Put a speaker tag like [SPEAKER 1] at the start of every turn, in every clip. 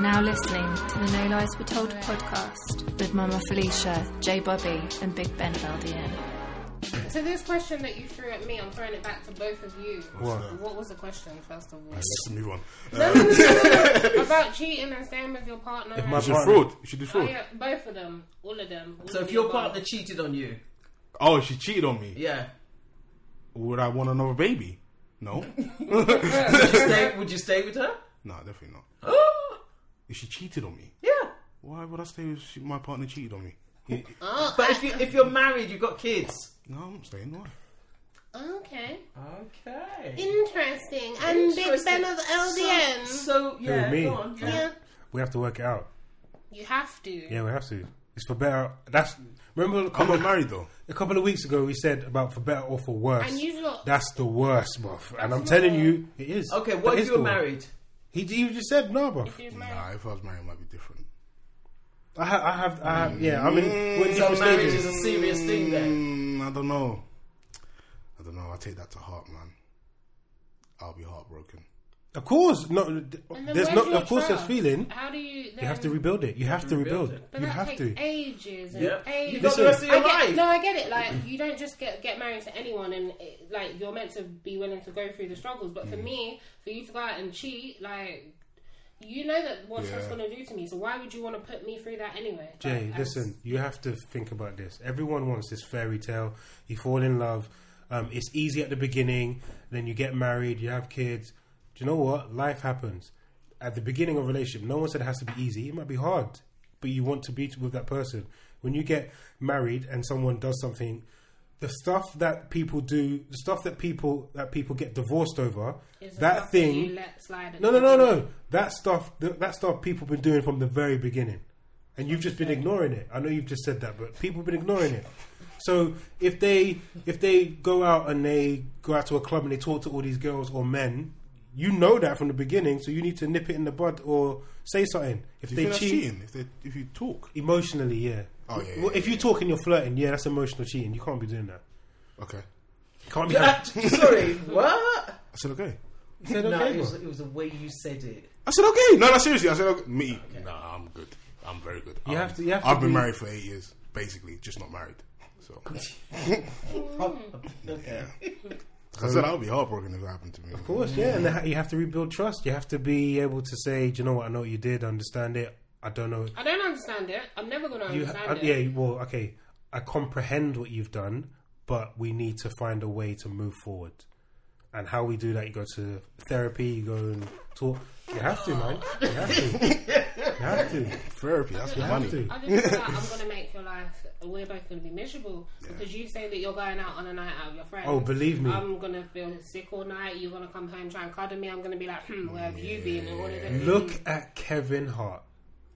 [SPEAKER 1] now listening to the No Lies Were Told podcast with Mama Felicia, J Bobby, and Big Ben Valdian.
[SPEAKER 2] So this question that you threw at me, I'm throwing it back to both of you.
[SPEAKER 3] What?
[SPEAKER 2] What was the question, first of all?
[SPEAKER 3] Let's move on.
[SPEAKER 2] No, no, no, no, no. about cheating and staying with your partner.
[SPEAKER 3] My
[SPEAKER 2] and-
[SPEAKER 3] should fraud. Uh, She did
[SPEAKER 2] Oh,
[SPEAKER 3] fraud.
[SPEAKER 2] yeah, both of them, all of them. all
[SPEAKER 4] So
[SPEAKER 2] of
[SPEAKER 4] if
[SPEAKER 2] the
[SPEAKER 4] your
[SPEAKER 2] above.
[SPEAKER 4] partner cheated on you,
[SPEAKER 3] Oh, she cheated on me.
[SPEAKER 4] yeah,
[SPEAKER 3] Would I want another baby? No.
[SPEAKER 4] would you stay, would you stay with her?
[SPEAKER 3] no, definitely not.
[SPEAKER 4] Oh,
[SPEAKER 3] If she cheated on me,
[SPEAKER 4] yeah.
[SPEAKER 3] why would I stay with she, my partner cheated on me? He-
[SPEAKER 4] But if you if you're married, you've got kids.
[SPEAKER 3] no, I'm not staying. Why?
[SPEAKER 2] Okay,
[SPEAKER 4] Okay.
[SPEAKER 2] interesting. And Big Ben of LDN.
[SPEAKER 4] So, so yeah,
[SPEAKER 5] me?
[SPEAKER 4] go on. Yeah.
[SPEAKER 2] yeah,
[SPEAKER 5] We have to work it out.
[SPEAKER 2] you have to.
[SPEAKER 5] Yeah, we have to. It's for better. That's remember a
[SPEAKER 3] I'm
[SPEAKER 5] couple,
[SPEAKER 3] not married though.
[SPEAKER 5] a couple of weeks ago we said about for better or for worse.
[SPEAKER 2] And you lot-
[SPEAKER 5] that's the worst, bruv. And I'm
[SPEAKER 2] not-
[SPEAKER 5] telling you, it is.
[SPEAKER 4] Okay,
[SPEAKER 5] That
[SPEAKER 4] what
[SPEAKER 5] is
[SPEAKER 4] if you
[SPEAKER 5] the
[SPEAKER 4] were
[SPEAKER 5] worst.
[SPEAKER 4] married?
[SPEAKER 5] He, he just said no, bruv.
[SPEAKER 2] If you're married.
[SPEAKER 3] Nah, if I was married, it might be different.
[SPEAKER 5] I, ha- I have, I have, yeah. I mean, we're in
[SPEAKER 4] So
[SPEAKER 5] different
[SPEAKER 4] marriage
[SPEAKER 5] stages.
[SPEAKER 4] is a serious thing then.
[SPEAKER 3] Mm, I don't know. I don't know. I take that to heart, man. I'll be heartbroken.
[SPEAKER 5] Of course, no.
[SPEAKER 2] And then
[SPEAKER 5] There's
[SPEAKER 2] where's
[SPEAKER 5] not.
[SPEAKER 2] your
[SPEAKER 5] Of course, there's
[SPEAKER 2] trust?
[SPEAKER 5] feeling.
[SPEAKER 2] How do you? Then,
[SPEAKER 5] You have to rebuild it. You have to
[SPEAKER 4] rebuild
[SPEAKER 5] rebuld.
[SPEAKER 4] it.
[SPEAKER 2] But
[SPEAKER 5] You
[SPEAKER 2] that
[SPEAKER 5] have
[SPEAKER 2] takes
[SPEAKER 5] to.
[SPEAKER 2] ages and
[SPEAKER 4] Yeah.
[SPEAKER 2] ages.
[SPEAKER 4] You got the rest of your
[SPEAKER 2] I get,
[SPEAKER 4] life.
[SPEAKER 2] No, I get it. Like you don't just get get married to anyone, and it, like you're meant to be willing to go through the struggles. But
[SPEAKER 5] Mm.
[SPEAKER 2] for me, for you to go out and cheat, like you know that what that's
[SPEAKER 3] Yeah.
[SPEAKER 2] going to do to me. So why would you want to put me through that anyway? Like,
[SPEAKER 5] Jay,
[SPEAKER 2] I just-
[SPEAKER 5] listen, you have to think about this. Everyone wants this fairy tale. You fall in love. Um, it's easy at the beginning. Then you get married. You have kids. Do you know what? Life happens. At the beginning of a relationship, no one said it has to be easy. It might be hard, but you want to be with that person. When you get married and someone does something, the stuff that people do, the stuff that people that people get divorced over,
[SPEAKER 2] is the
[SPEAKER 5] that
[SPEAKER 2] stuff you
[SPEAKER 5] thing
[SPEAKER 2] let slide at
[SPEAKER 5] no,
[SPEAKER 2] the
[SPEAKER 5] no, no,
[SPEAKER 2] beginning.
[SPEAKER 5] no. That stuff, th- that stuff, people been doing from the very beginning, and you've just been ignoring it. I know you've just said that, but people been ignoring it. So if they if they go out and they go out to a club and they talk to all these girls or men, you know that from the beginning. So you need to nip it in the bud or say something. If
[SPEAKER 3] Do
[SPEAKER 5] they
[SPEAKER 3] you think
[SPEAKER 5] cheat
[SPEAKER 3] that's cheating? If they, if you talk,
[SPEAKER 5] emotionally, yeah.
[SPEAKER 3] Oh, yeah,
[SPEAKER 5] Well,
[SPEAKER 3] yeah,
[SPEAKER 5] if you talk and you're flirting, yeah, that's emotional cheating. You can't be doing that.
[SPEAKER 3] okay.
[SPEAKER 5] You can't be.
[SPEAKER 4] Yeah, Sorry, what?
[SPEAKER 3] I said okay.
[SPEAKER 5] You said
[SPEAKER 4] no,
[SPEAKER 5] okay,
[SPEAKER 4] it, was,
[SPEAKER 5] bro.
[SPEAKER 4] it was the way you said it.
[SPEAKER 3] I said okay. No, no, seriously. I said okay. me. Nah, I'm good. I'm very good. I'm-
[SPEAKER 5] You have to- you have to
[SPEAKER 3] I've been
[SPEAKER 5] be-
[SPEAKER 3] married for eight years, basically, just not married. So
[SPEAKER 4] Okay.
[SPEAKER 3] I said I'll be heartbroken if it happened to me.
[SPEAKER 5] Of course, yeah. And then you have to rebuild trust. You have to be able to say, do you know what? I know what you did. I understand it. I don't know.
[SPEAKER 2] I don't understand it. I'm never going to
[SPEAKER 5] You,
[SPEAKER 2] understand
[SPEAKER 5] I,
[SPEAKER 2] it.
[SPEAKER 5] yeah, well, okay. I comprehend what you've done, but we need to find a way to move forward. And how we do that, you go to therapy, you go and talk. You have to, man. You have to. You have to.
[SPEAKER 3] Therapy. That's
[SPEAKER 5] You
[SPEAKER 3] money.
[SPEAKER 5] have to.
[SPEAKER 2] I just feel like I'm gonna make your life. We're both gonna be miserable because you say that you're going out on a night out with your friends.
[SPEAKER 5] Oh, believe me.
[SPEAKER 2] I'm gonna feel sick all night. You're gonna come home, try and cuddle me. I'm gonna be like, hmm, where have you been? And what is it?
[SPEAKER 5] Look at Kevin Hart.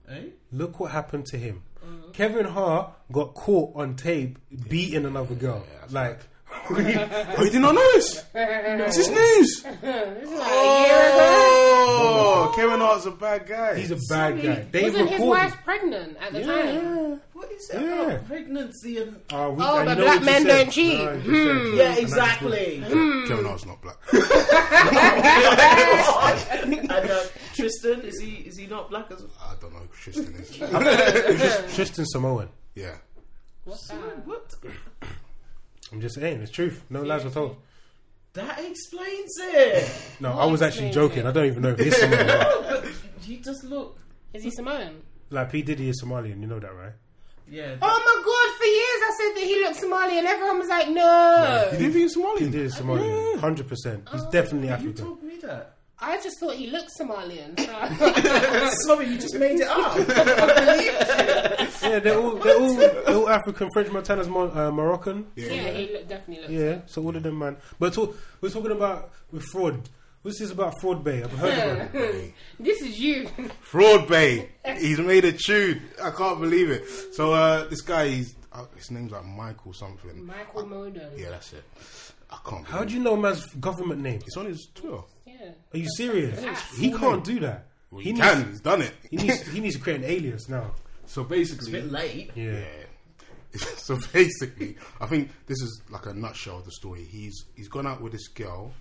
[SPEAKER 4] Eh?
[SPEAKER 5] Look what happened to him.
[SPEAKER 2] Mm-hmm.
[SPEAKER 5] Kevin Hart got caught on tape beating another girl. like,
[SPEAKER 3] Oh, you did not know this? This is news. oh, Kevin Hart's a bad guy.
[SPEAKER 5] he's a bad guy. They
[SPEAKER 2] wasn't his
[SPEAKER 5] recorded-
[SPEAKER 2] wife pregnant at the time?
[SPEAKER 5] Yeah.
[SPEAKER 4] What is it
[SPEAKER 5] Yeah.
[SPEAKER 4] about pregnancy and.
[SPEAKER 5] Oh, we,
[SPEAKER 2] Oh,
[SPEAKER 5] and
[SPEAKER 2] but
[SPEAKER 5] you know
[SPEAKER 2] black
[SPEAKER 5] what you
[SPEAKER 2] men
[SPEAKER 5] said.
[SPEAKER 2] don't cheat.
[SPEAKER 5] No, you said-
[SPEAKER 4] Yeah, exactly.
[SPEAKER 3] Hmm. Kevin Hart's not black.
[SPEAKER 4] and uh, Tristan, is he is he not black as
[SPEAKER 3] I don't know who Tristan is.
[SPEAKER 5] Tristan Samoan.
[SPEAKER 3] yeah.
[SPEAKER 2] What's that?
[SPEAKER 4] What?
[SPEAKER 5] I'm just saying, it's truth. No lies were told.
[SPEAKER 4] That explains it.
[SPEAKER 5] No, I was actually joking. I don't even know if he's Somalian.
[SPEAKER 4] No, but you just look.
[SPEAKER 2] Is he Samoan?
[SPEAKER 5] like P Diddy is Somalian, you know that, right?
[SPEAKER 4] Yeah.
[SPEAKER 2] Oh my god! For years I said that he looked Somali, and everyone was like, no.
[SPEAKER 3] You didn't think he's
[SPEAKER 5] P Diddy
[SPEAKER 3] Somalian?
[SPEAKER 5] is Somalian, hundred percent. He's definitely
[SPEAKER 4] you
[SPEAKER 5] African.
[SPEAKER 4] told me that.
[SPEAKER 2] I just thought he looked Somalian. So.
[SPEAKER 4] Sorry, you just made it up.
[SPEAKER 5] Yeah, they're all they're all, they're all African. French Montana's Mo- uh, Moroccan.
[SPEAKER 2] yeah, he look, definitely looked.
[SPEAKER 5] Yeah, so all of them, man. But talk, we're talking about with fraud. What's this about fraud bay? I've heard of it.
[SPEAKER 3] Hey.
[SPEAKER 2] This is you.
[SPEAKER 3] Fraud Bay. He's made a tune. I can't believe it. So uh, this guy, he's, uh, his name's like Michael something.
[SPEAKER 2] Michael Modon.
[SPEAKER 3] Yeah, that's it. I can't.
[SPEAKER 5] How
[SPEAKER 3] Believe
[SPEAKER 5] do you know man's government name?
[SPEAKER 3] It's on his Twitter.
[SPEAKER 2] yeah.
[SPEAKER 5] Are you serious? He can't do that.
[SPEAKER 3] Well,
[SPEAKER 5] He
[SPEAKER 3] he,
[SPEAKER 5] needs,
[SPEAKER 3] can. He's done it.
[SPEAKER 5] he needs he needs to create an alias now.
[SPEAKER 3] So
[SPEAKER 4] It's a
[SPEAKER 3] basically,
[SPEAKER 4] bit late.
[SPEAKER 5] Yeah.
[SPEAKER 3] Yeah. so basically, I think this is like a nutshell of the story. He's he's gone out with this girl.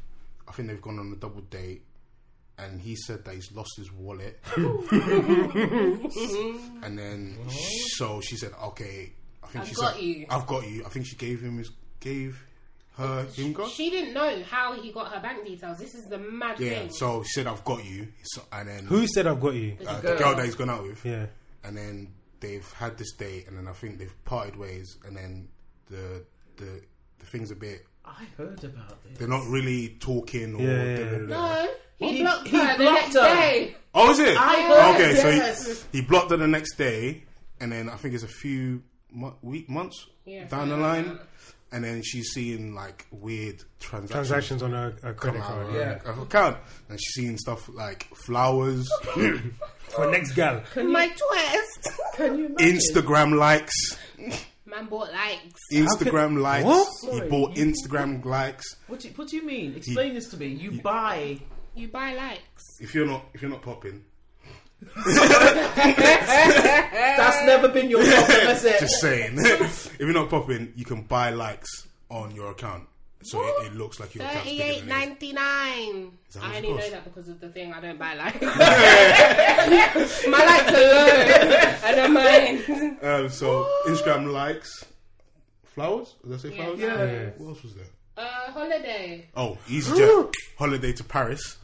[SPEAKER 3] I think they've gone on a double date. and he said that he's lost his wallet. and then, so she said, "Okay, I think
[SPEAKER 2] I've
[SPEAKER 3] she
[SPEAKER 2] got
[SPEAKER 3] said,
[SPEAKER 2] you.
[SPEAKER 3] I've got you." I think she gave him his gave her him gun.
[SPEAKER 2] She didn't know how he got her bank details. This is the mad
[SPEAKER 3] Yeah.
[SPEAKER 2] thing.
[SPEAKER 3] So she said, "I've got you," so, and then
[SPEAKER 5] Who said I've got you?
[SPEAKER 3] uh, the girl that he's gone out with.
[SPEAKER 5] Yeah.
[SPEAKER 3] and then they've had this date, and then I think they've parted ways, and then the the the thing's a bit.
[SPEAKER 4] I heard about this.
[SPEAKER 3] They're not really talking. Or
[SPEAKER 5] Yeah, yeah, yeah.
[SPEAKER 2] no, he,
[SPEAKER 4] He-
[SPEAKER 2] blocked
[SPEAKER 4] he
[SPEAKER 2] her the
[SPEAKER 4] blocked
[SPEAKER 2] next
[SPEAKER 4] her.
[SPEAKER 2] day.
[SPEAKER 3] Oh, is it?
[SPEAKER 4] I heard
[SPEAKER 3] okay, so
[SPEAKER 4] yes.
[SPEAKER 3] he, he blocked her the next day, and then I think it's a few mo- week months
[SPEAKER 2] Yeah,
[SPEAKER 3] down the
[SPEAKER 2] something like
[SPEAKER 3] line, and then she's seeing like weird transactions.
[SPEAKER 5] Transactions on a, a credit
[SPEAKER 3] out
[SPEAKER 5] card.
[SPEAKER 3] of
[SPEAKER 5] Yeah.
[SPEAKER 3] her account, and she's seeing stuff like flowers,
[SPEAKER 5] For next gal.
[SPEAKER 2] My twist.
[SPEAKER 4] Can you imagine?
[SPEAKER 3] Instagram likes,
[SPEAKER 2] Man bought likes.
[SPEAKER 3] Instagram likes.
[SPEAKER 5] What?
[SPEAKER 3] He
[SPEAKER 4] Sorry,
[SPEAKER 3] bought
[SPEAKER 4] you-
[SPEAKER 3] Instagram likes.
[SPEAKER 4] What do, you, what do you mean? Explain this to me. You buy.
[SPEAKER 2] You buy likes.
[SPEAKER 3] If you're not, if you're not popping,
[SPEAKER 4] That's never been your problem, has it?
[SPEAKER 3] Just saying. if you're not popping, you can buy likes on your account. So it, it looks like your account's bigger
[SPEAKER 2] Thirty-eight
[SPEAKER 3] than it is.
[SPEAKER 2] ninety-nine.
[SPEAKER 3] that
[SPEAKER 2] I
[SPEAKER 3] what it
[SPEAKER 2] only know
[SPEAKER 3] costs?
[SPEAKER 2] that because of the thing. I don't buy likes. my likes are low. I don't mind.
[SPEAKER 3] Um, so Instagram likes. Flowers? Did I say flowers?
[SPEAKER 4] Yeah.
[SPEAKER 5] Yeah.
[SPEAKER 3] What else was there?
[SPEAKER 2] Uh, holiday.
[SPEAKER 3] Oh, EasyJet holiday to Paris.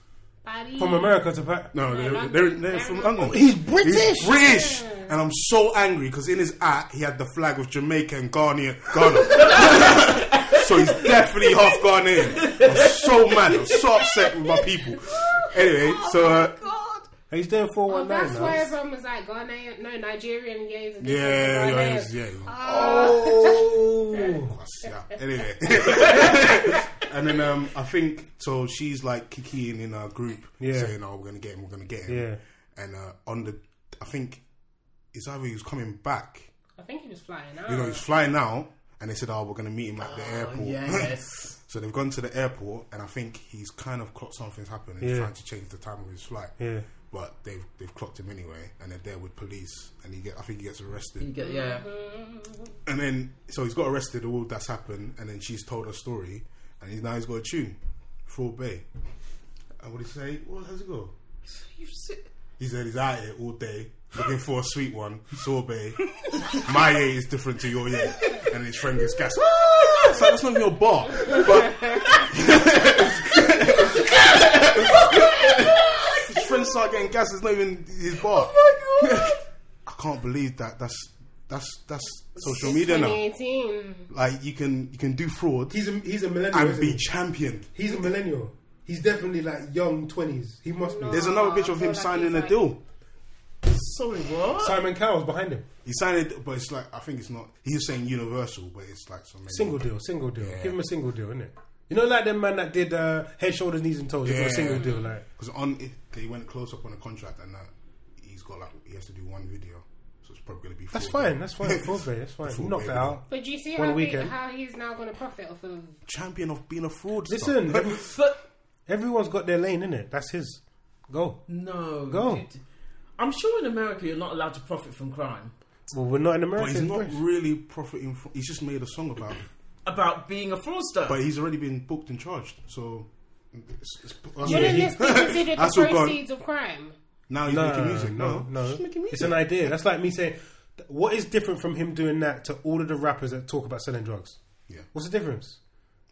[SPEAKER 2] Paris.
[SPEAKER 5] From America to back.
[SPEAKER 3] No, they're,
[SPEAKER 2] London.
[SPEAKER 3] they're, they're from London.
[SPEAKER 5] He's British.
[SPEAKER 3] He's British. And I'm so angry because in his hat he had the flag of Jamaica and Ghana. Ghana. so he's definitely half Ghanaian. I'm so mad. I'm so upset with my people. Anyway, so uh,
[SPEAKER 5] He's doing
[SPEAKER 2] Oh,
[SPEAKER 5] 419
[SPEAKER 2] that's
[SPEAKER 5] now.
[SPEAKER 2] why everyone was like Ghanaian, no Nigerian gays. and
[SPEAKER 3] yeah,
[SPEAKER 2] different Ghanaians.
[SPEAKER 3] yeah, yeah. yeah.
[SPEAKER 5] Oh.
[SPEAKER 3] That's- yeah. Anyway, and then um, I think so. She's like kikiing in our group,
[SPEAKER 5] Yeah.
[SPEAKER 3] saying, "Oh, we're gonna get him. We're gonna get him."
[SPEAKER 5] Yeah.
[SPEAKER 3] And uh, on the, I think it's either he was coming back.
[SPEAKER 2] I think he was flying out.
[SPEAKER 3] You know, he's flying now, and they said, "Oh, we're gonna meet him at the airport."
[SPEAKER 4] Oh, Yes.
[SPEAKER 3] so they've gone to the airport, and I think he's kind of clocked something's happened. and He's
[SPEAKER 5] Yeah.
[SPEAKER 3] trying to change the time of his flight.
[SPEAKER 5] Yeah.
[SPEAKER 3] But they've they've clocked him anyway, and they're there with police, and he get I think he gets arrested.
[SPEAKER 4] You get, yeah.
[SPEAKER 3] And then, so he's got arrested, all that's happened, and then she's told her story, and he's now he's got a tune, Full Bay. And what did he say? Well, how's it go?
[SPEAKER 4] You sit.
[SPEAKER 3] He said he's out here all day looking for a sweet one, sorbet. My year is different to your year. And his friend gets gassed. It's like, that's not even your bar. But. his friend start getting gas, it's not even his bar. I can't believe that. That's. That's that's social media now.
[SPEAKER 2] 2018.
[SPEAKER 3] Like you can you can do fraud
[SPEAKER 5] He's a, he's a millennial.
[SPEAKER 3] and
[SPEAKER 5] isn't
[SPEAKER 3] be
[SPEAKER 5] he?
[SPEAKER 3] championed.
[SPEAKER 5] He's a millennial. He's definitely like young 20s. He must be.
[SPEAKER 3] There's another bitch of him
[SPEAKER 2] I feel like
[SPEAKER 3] signing
[SPEAKER 2] he's
[SPEAKER 3] a
[SPEAKER 2] like-
[SPEAKER 3] deal.
[SPEAKER 4] Sorry, what?
[SPEAKER 5] Simon Cowell's behind him.
[SPEAKER 3] He signed it, but it's like I think it's not. He's saying universal, but it's like some
[SPEAKER 5] Single deal, single deal. Give him a single deal, innit? You know, like them man that did uh, head, shoulders, knees, and toes. He got
[SPEAKER 3] Yeah.
[SPEAKER 5] a single deal, like
[SPEAKER 3] because on if they went close up on a contract and that he's got like he has to do one video, so it's probably gonna be.
[SPEAKER 5] that's
[SPEAKER 3] four.
[SPEAKER 5] fine, that's fine. Full pay, that's fine.
[SPEAKER 3] Full
[SPEAKER 5] Knock
[SPEAKER 3] pay.
[SPEAKER 5] that out.
[SPEAKER 2] But do you see
[SPEAKER 5] One
[SPEAKER 2] how, big-
[SPEAKER 5] weekend.
[SPEAKER 2] how he's now going to profit off of?
[SPEAKER 3] Champion of being a fraud.
[SPEAKER 5] Listen, every,
[SPEAKER 4] But
[SPEAKER 5] everyone's got their lane, innit? That's his. Go.
[SPEAKER 4] no.
[SPEAKER 5] Go.
[SPEAKER 4] dude. I'm sure in America you're not allowed to profit from crime.
[SPEAKER 5] Well, we're not in America.
[SPEAKER 3] but he's
[SPEAKER 5] it's
[SPEAKER 3] not
[SPEAKER 5] British.
[SPEAKER 3] really profiting. From, he's just made a song about, it.
[SPEAKER 4] About being a fraudster.
[SPEAKER 3] but he's already been booked and charged. So it's, it's, that's
[SPEAKER 5] Yeah,
[SPEAKER 2] Wouldn't
[SPEAKER 5] he-
[SPEAKER 2] this be considered the
[SPEAKER 3] That's all gone.
[SPEAKER 2] proceeds of crime?
[SPEAKER 3] Now he's making music. No,
[SPEAKER 5] no.
[SPEAKER 3] He's making music.
[SPEAKER 5] It's an idea. That's like me saying, th- what is different from him doing that to all of the rappers that talk about selling drugs?
[SPEAKER 3] yeah,
[SPEAKER 5] What's the difference?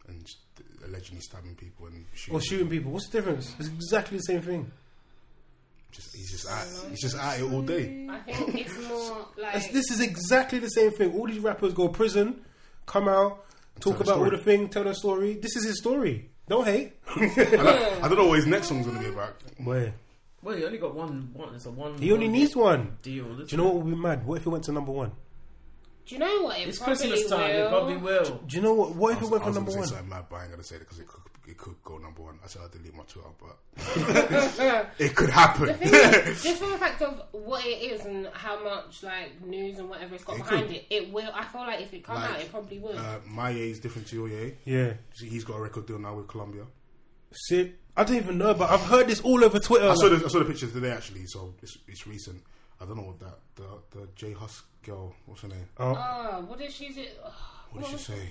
[SPEAKER 3] and just allegedly stabbing people and shooting.
[SPEAKER 5] Or shooting people? What's the difference? It's exactly the same thing.
[SPEAKER 3] Just, he's just at, he's just at it all day.
[SPEAKER 2] I think it's more
[SPEAKER 5] It's-
[SPEAKER 2] like
[SPEAKER 5] this is exactly the same thing. All these rappers go to prison, come out, talk
[SPEAKER 3] Tell a
[SPEAKER 5] about all
[SPEAKER 3] story.
[SPEAKER 5] the thing, tell their story. This is his story. Don't hate.
[SPEAKER 3] I don't, I don't know what his next song's gonna be about.
[SPEAKER 5] Where
[SPEAKER 4] well, you only got one. One. It's a one.
[SPEAKER 5] he only
[SPEAKER 4] one
[SPEAKER 5] needs one. Do
[SPEAKER 4] Deal.
[SPEAKER 5] you know what would be mad? What if it went to number one?
[SPEAKER 2] Do you know what? It
[SPEAKER 4] It's
[SPEAKER 2] probably
[SPEAKER 4] Christmas time.
[SPEAKER 2] Will.
[SPEAKER 4] It probably will.
[SPEAKER 5] Do you know what? What if
[SPEAKER 3] I
[SPEAKER 5] it
[SPEAKER 3] was,
[SPEAKER 5] went
[SPEAKER 3] I
[SPEAKER 5] for
[SPEAKER 3] was
[SPEAKER 5] number
[SPEAKER 3] gonna
[SPEAKER 5] one?
[SPEAKER 3] say something mad, but I ain't gonna say it because it could, it could go number one. I said I'll delete my Twitter, but it could happen.
[SPEAKER 2] The thing is, just from the fact of what it is and how much like news and whatever it's got
[SPEAKER 3] It
[SPEAKER 2] behind
[SPEAKER 3] could.
[SPEAKER 2] it, it will. I feel like if it come
[SPEAKER 3] Like,
[SPEAKER 2] out, it probably will.
[SPEAKER 3] uh, my A is different to your A.
[SPEAKER 5] Yeah.
[SPEAKER 3] He's got a record deal now with Columbia.
[SPEAKER 5] See, I don't even know, but I've heard this all over Twitter.
[SPEAKER 3] I saw the, I saw the pictures today actually, so it's, it's recent. I don't know what that the the J Husk girl. What's her name?
[SPEAKER 2] Ah,
[SPEAKER 5] oh,
[SPEAKER 2] oh, what did she do?
[SPEAKER 3] What did she say?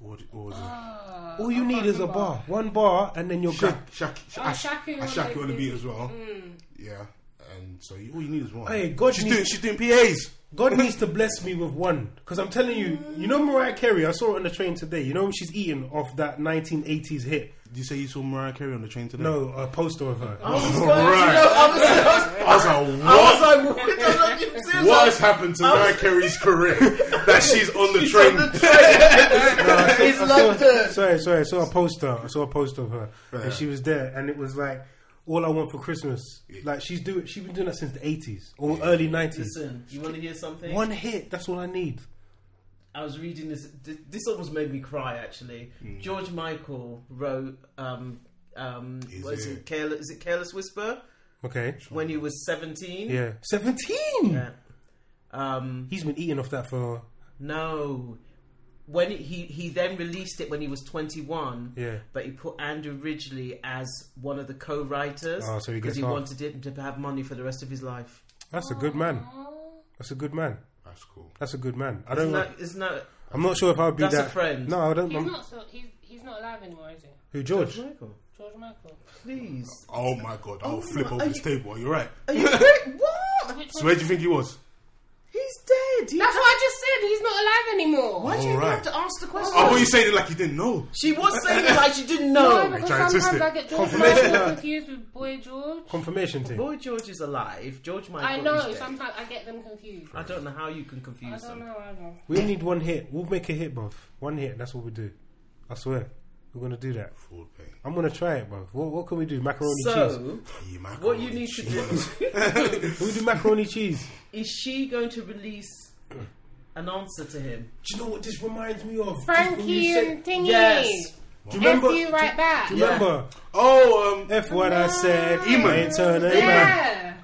[SPEAKER 5] Or, or
[SPEAKER 2] Ah,
[SPEAKER 5] all you
[SPEAKER 2] I
[SPEAKER 5] need
[SPEAKER 2] can't
[SPEAKER 5] is a
[SPEAKER 2] remember.
[SPEAKER 5] bar, one bar, and then you're good.
[SPEAKER 3] Shaq, Shaq, Shaq,
[SPEAKER 2] Oh, Shaq
[SPEAKER 3] and
[SPEAKER 2] is
[SPEAKER 3] Shaq
[SPEAKER 2] one
[SPEAKER 3] on the
[SPEAKER 2] of
[SPEAKER 3] beat
[SPEAKER 2] those
[SPEAKER 3] as well. Yeah, and so you, all you need is one.
[SPEAKER 5] Hey, God
[SPEAKER 3] she's
[SPEAKER 5] needs-
[SPEAKER 3] doing she's doing PAs.
[SPEAKER 5] God needs to bless me with one, because I'm telling you, you know Mariah Carey. I saw her on the train today. You know she's eating off that 1980s hit.
[SPEAKER 3] Did you say you saw Mariah Carey on the train today?
[SPEAKER 5] No, a poster of her.
[SPEAKER 4] Oh,
[SPEAKER 3] right.
[SPEAKER 4] I was, I was,
[SPEAKER 3] I was like,
[SPEAKER 4] I was
[SPEAKER 3] what?
[SPEAKER 4] like, what does that mean? Seriously?
[SPEAKER 3] What has happened to Mariah Carey's career that she's on the train?
[SPEAKER 4] He's loved her.
[SPEAKER 5] Sorry, sorry. I saw a poster. I saw a poster of her,
[SPEAKER 3] Yeah.
[SPEAKER 5] and she was there, and it was like, "All I want for Christmas." Like she's doing. She's been doing that since the '80s or early '90s.
[SPEAKER 4] Listen, you want to hear something?
[SPEAKER 5] One hit. That's all I need.
[SPEAKER 4] I was reading this. th- This almost made me cry. Actually,
[SPEAKER 5] Hmm.
[SPEAKER 4] George Michael wrote. Um, um,
[SPEAKER 3] Is
[SPEAKER 4] what is
[SPEAKER 3] it-
[SPEAKER 4] it? Careless, is it Careless Whisper?
[SPEAKER 5] Okay.
[SPEAKER 4] When he was seventeen.
[SPEAKER 5] Yeah. Seventeen.
[SPEAKER 4] Yeah. Um,
[SPEAKER 5] He's been eating off that for.
[SPEAKER 4] no. When he he then released it when he was twenty one.
[SPEAKER 5] Yeah.
[SPEAKER 4] But he put Andrew Ridgely as one of the co-writers
[SPEAKER 5] Oh, so he gets
[SPEAKER 4] he
[SPEAKER 5] half.
[SPEAKER 4] wanted him to have money for the rest of his life.
[SPEAKER 5] That's a good man. That's a good man.
[SPEAKER 3] That's cool.
[SPEAKER 5] That's a good man. I don't.
[SPEAKER 4] Isn't that, isn't that
[SPEAKER 5] I'm not sure if I would be
[SPEAKER 4] That's a
[SPEAKER 5] that.
[SPEAKER 4] friend.
[SPEAKER 5] No, I don't.
[SPEAKER 2] He's
[SPEAKER 5] I'm,
[SPEAKER 2] not, so, he's, he's not alive anymore, is he?
[SPEAKER 5] who George?
[SPEAKER 4] Michael?
[SPEAKER 2] George Michael.
[SPEAKER 4] Please,
[SPEAKER 3] Oh my god, I'll
[SPEAKER 4] Oh
[SPEAKER 3] flip
[SPEAKER 4] my-
[SPEAKER 3] over
[SPEAKER 4] are
[SPEAKER 3] this
[SPEAKER 4] you-
[SPEAKER 3] table. Are you right?
[SPEAKER 4] are you cra- what?
[SPEAKER 2] Which
[SPEAKER 3] So
[SPEAKER 2] one?
[SPEAKER 3] where do you think he was?
[SPEAKER 4] He's dead. He
[SPEAKER 2] That's what I just said. He's not alive anymore.
[SPEAKER 4] Why do you even
[SPEAKER 3] Alright.
[SPEAKER 4] have to ask the question?
[SPEAKER 3] Oh, you saying it like you didn't know.
[SPEAKER 4] She was saying it like she didn't
[SPEAKER 3] Oh,
[SPEAKER 2] No,
[SPEAKER 4] know.
[SPEAKER 2] because
[SPEAKER 3] trying to twist
[SPEAKER 2] sometimes
[SPEAKER 3] it.
[SPEAKER 2] I get George
[SPEAKER 5] Confirmation.
[SPEAKER 2] Michael confused with Boy George.
[SPEAKER 5] Confirmation thing.
[SPEAKER 4] Boy George is alive. George Michael.
[SPEAKER 2] I
[SPEAKER 4] is
[SPEAKER 2] know.
[SPEAKER 4] dead.
[SPEAKER 2] Sometimes I get them confused.
[SPEAKER 4] I don't know how you can
[SPEAKER 2] I
[SPEAKER 4] confuse
[SPEAKER 2] don't
[SPEAKER 4] them.
[SPEAKER 2] know either.
[SPEAKER 5] We need one hit. We'll make a hit, bruv. One hit. That's what we do. I swear. We're gonna do that.
[SPEAKER 3] Forward pain.
[SPEAKER 5] I'm gonna try it, bruv. What, what can we do? Macaroni cheese.
[SPEAKER 4] So,
[SPEAKER 3] You
[SPEAKER 4] what
[SPEAKER 3] macaroni
[SPEAKER 4] you need to
[SPEAKER 3] cheese.
[SPEAKER 4] do
[SPEAKER 5] Can we do macaroni cheese?
[SPEAKER 4] is she going to release an answer to him?
[SPEAKER 5] Do you know what this reminds me of?
[SPEAKER 2] Frankie and Thingy.
[SPEAKER 4] Yes.
[SPEAKER 5] do you
[SPEAKER 2] F
[SPEAKER 5] remember?
[SPEAKER 2] you right back.
[SPEAKER 5] do you
[SPEAKER 4] Yeah.
[SPEAKER 5] remember?
[SPEAKER 3] Oh, um,
[SPEAKER 5] F what I said.
[SPEAKER 3] Ema.
[SPEAKER 5] ain't turning back.
[SPEAKER 2] Yeah.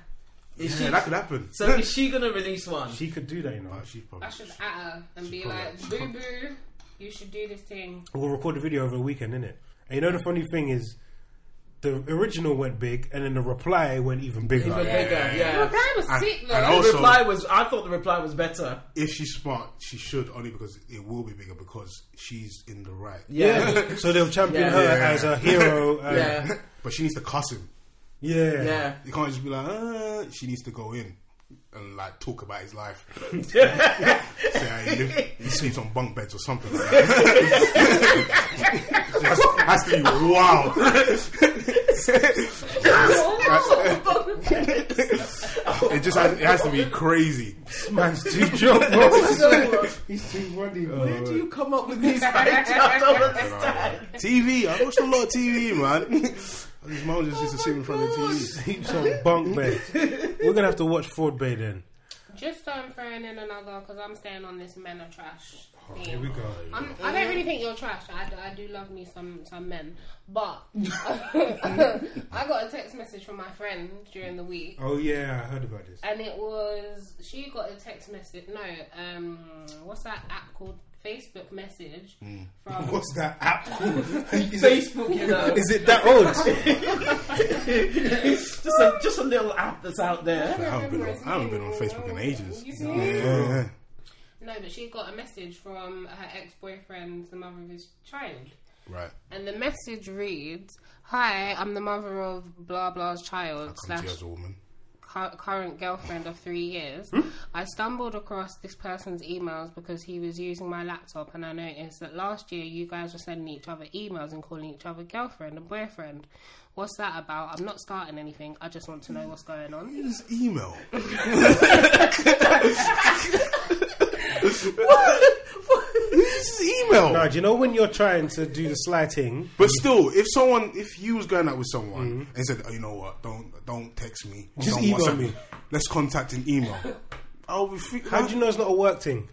[SPEAKER 4] Is
[SPEAKER 3] yeah,
[SPEAKER 4] she?
[SPEAKER 3] that could happen.
[SPEAKER 4] So is she going to release one?
[SPEAKER 5] She could do that, you know.
[SPEAKER 3] Oh, she's probably.
[SPEAKER 2] I should at her and be
[SPEAKER 3] probably-
[SPEAKER 2] like, boo boo, you should do this thing.
[SPEAKER 5] We'll record a video over a weekend, innit? And you know the funny thing is, the original went big, and then the reply went even bigger.
[SPEAKER 4] Even bigger,
[SPEAKER 2] Your
[SPEAKER 4] yeah.
[SPEAKER 2] guy was
[SPEAKER 3] And-
[SPEAKER 2] sick,
[SPEAKER 3] and
[SPEAKER 2] though.
[SPEAKER 3] I
[SPEAKER 4] The
[SPEAKER 3] also-
[SPEAKER 4] reply was. I thought the reply was better.
[SPEAKER 3] If she's smart, she should only because it will be bigger because she's in the right.
[SPEAKER 4] Yeah.
[SPEAKER 5] so they'll champion
[SPEAKER 4] Yeah.
[SPEAKER 5] her
[SPEAKER 3] Yeah.
[SPEAKER 5] as a hero. And yeah.
[SPEAKER 4] Yeah.
[SPEAKER 3] But she needs to cuss him.
[SPEAKER 5] yeah,
[SPEAKER 4] Yeah.
[SPEAKER 3] You can't just be like, uh, she needs to go in and like talk about his life. Say how he, live, he sleeps on bunk beds or something. Like that. that's, that's the wow. it just has, it has to be crazy.
[SPEAKER 5] This man's too drunk, bro. Uh,
[SPEAKER 4] So,
[SPEAKER 5] He's too funny,
[SPEAKER 4] where do you come up with these ideas? I don't understand.
[SPEAKER 3] TV. I watched a lot of TV, man. His mom just used to sit in front of the TV.
[SPEAKER 5] Sleeps on bunk beds. We're gonna have to watch Ford Bay then.
[SPEAKER 2] Just um, throwing in another because I'm staying on this men are trash.
[SPEAKER 3] Oh,
[SPEAKER 2] thing.
[SPEAKER 5] Here we go.
[SPEAKER 2] I'm, I don't really think you're trash. I, do- I do love me some some men, but I got a text message from my friend during the week,
[SPEAKER 5] Oh yeah, I heard about this.
[SPEAKER 2] and it was she got a text message. No, um, what's that app called? Facebook message
[SPEAKER 3] Hmm.
[SPEAKER 2] from
[SPEAKER 5] What's that app called? Is it-
[SPEAKER 4] Facebook, you know.
[SPEAKER 5] is it that old?
[SPEAKER 4] It's just a, just a little app that's out there.
[SPEAKER 3] I haven't been on, I haven't been on Facebook in ages.
[SPEAKER 2] You see?
[SPEAKER 3] Yeah.
[SPEAKER 2] No, but she got a message from her ex boyfriend, the mother of his child.
[SPEAKER 3] Right.
[SPEAKER 2] And the message reads Hi, I'm the mother of blah blah's child
[SPEAKER 3] Come to you
[SPEAKER 2] slash
[SPEAKER 3] as a woman.
[SPEAKER 2] cu- current girlfriend of three years.
[SPEAKER 3] Hmm?
[SPEAKER 2] I stumbled across this person's emails because he was using my laptop, and I noticed that last year you guys were sending each other emails and calling each other girlfriend and boyfriend. What's that about? I'm not starting anything. I just want to know what's going on.
[SPEAKER 3] This email. This is email.
[SPEAKER 5] now, do you know when you're trying to do the slighting?
[SPEAKER 3] But still, if someone, if you was going out with someone and said, "Oh, you know what? Don't don't text me.
[SPEAKER 5] Just
[SPEAKER 3] don't
[SPEAKER 5] email
[SPEAKER 3] WhatsApp
[SPEAKER 5] me.
[SPEAKER 3] Let's contact an email." I'll be freaking.
[SPEAKER 5] How do you know it's not a work thing?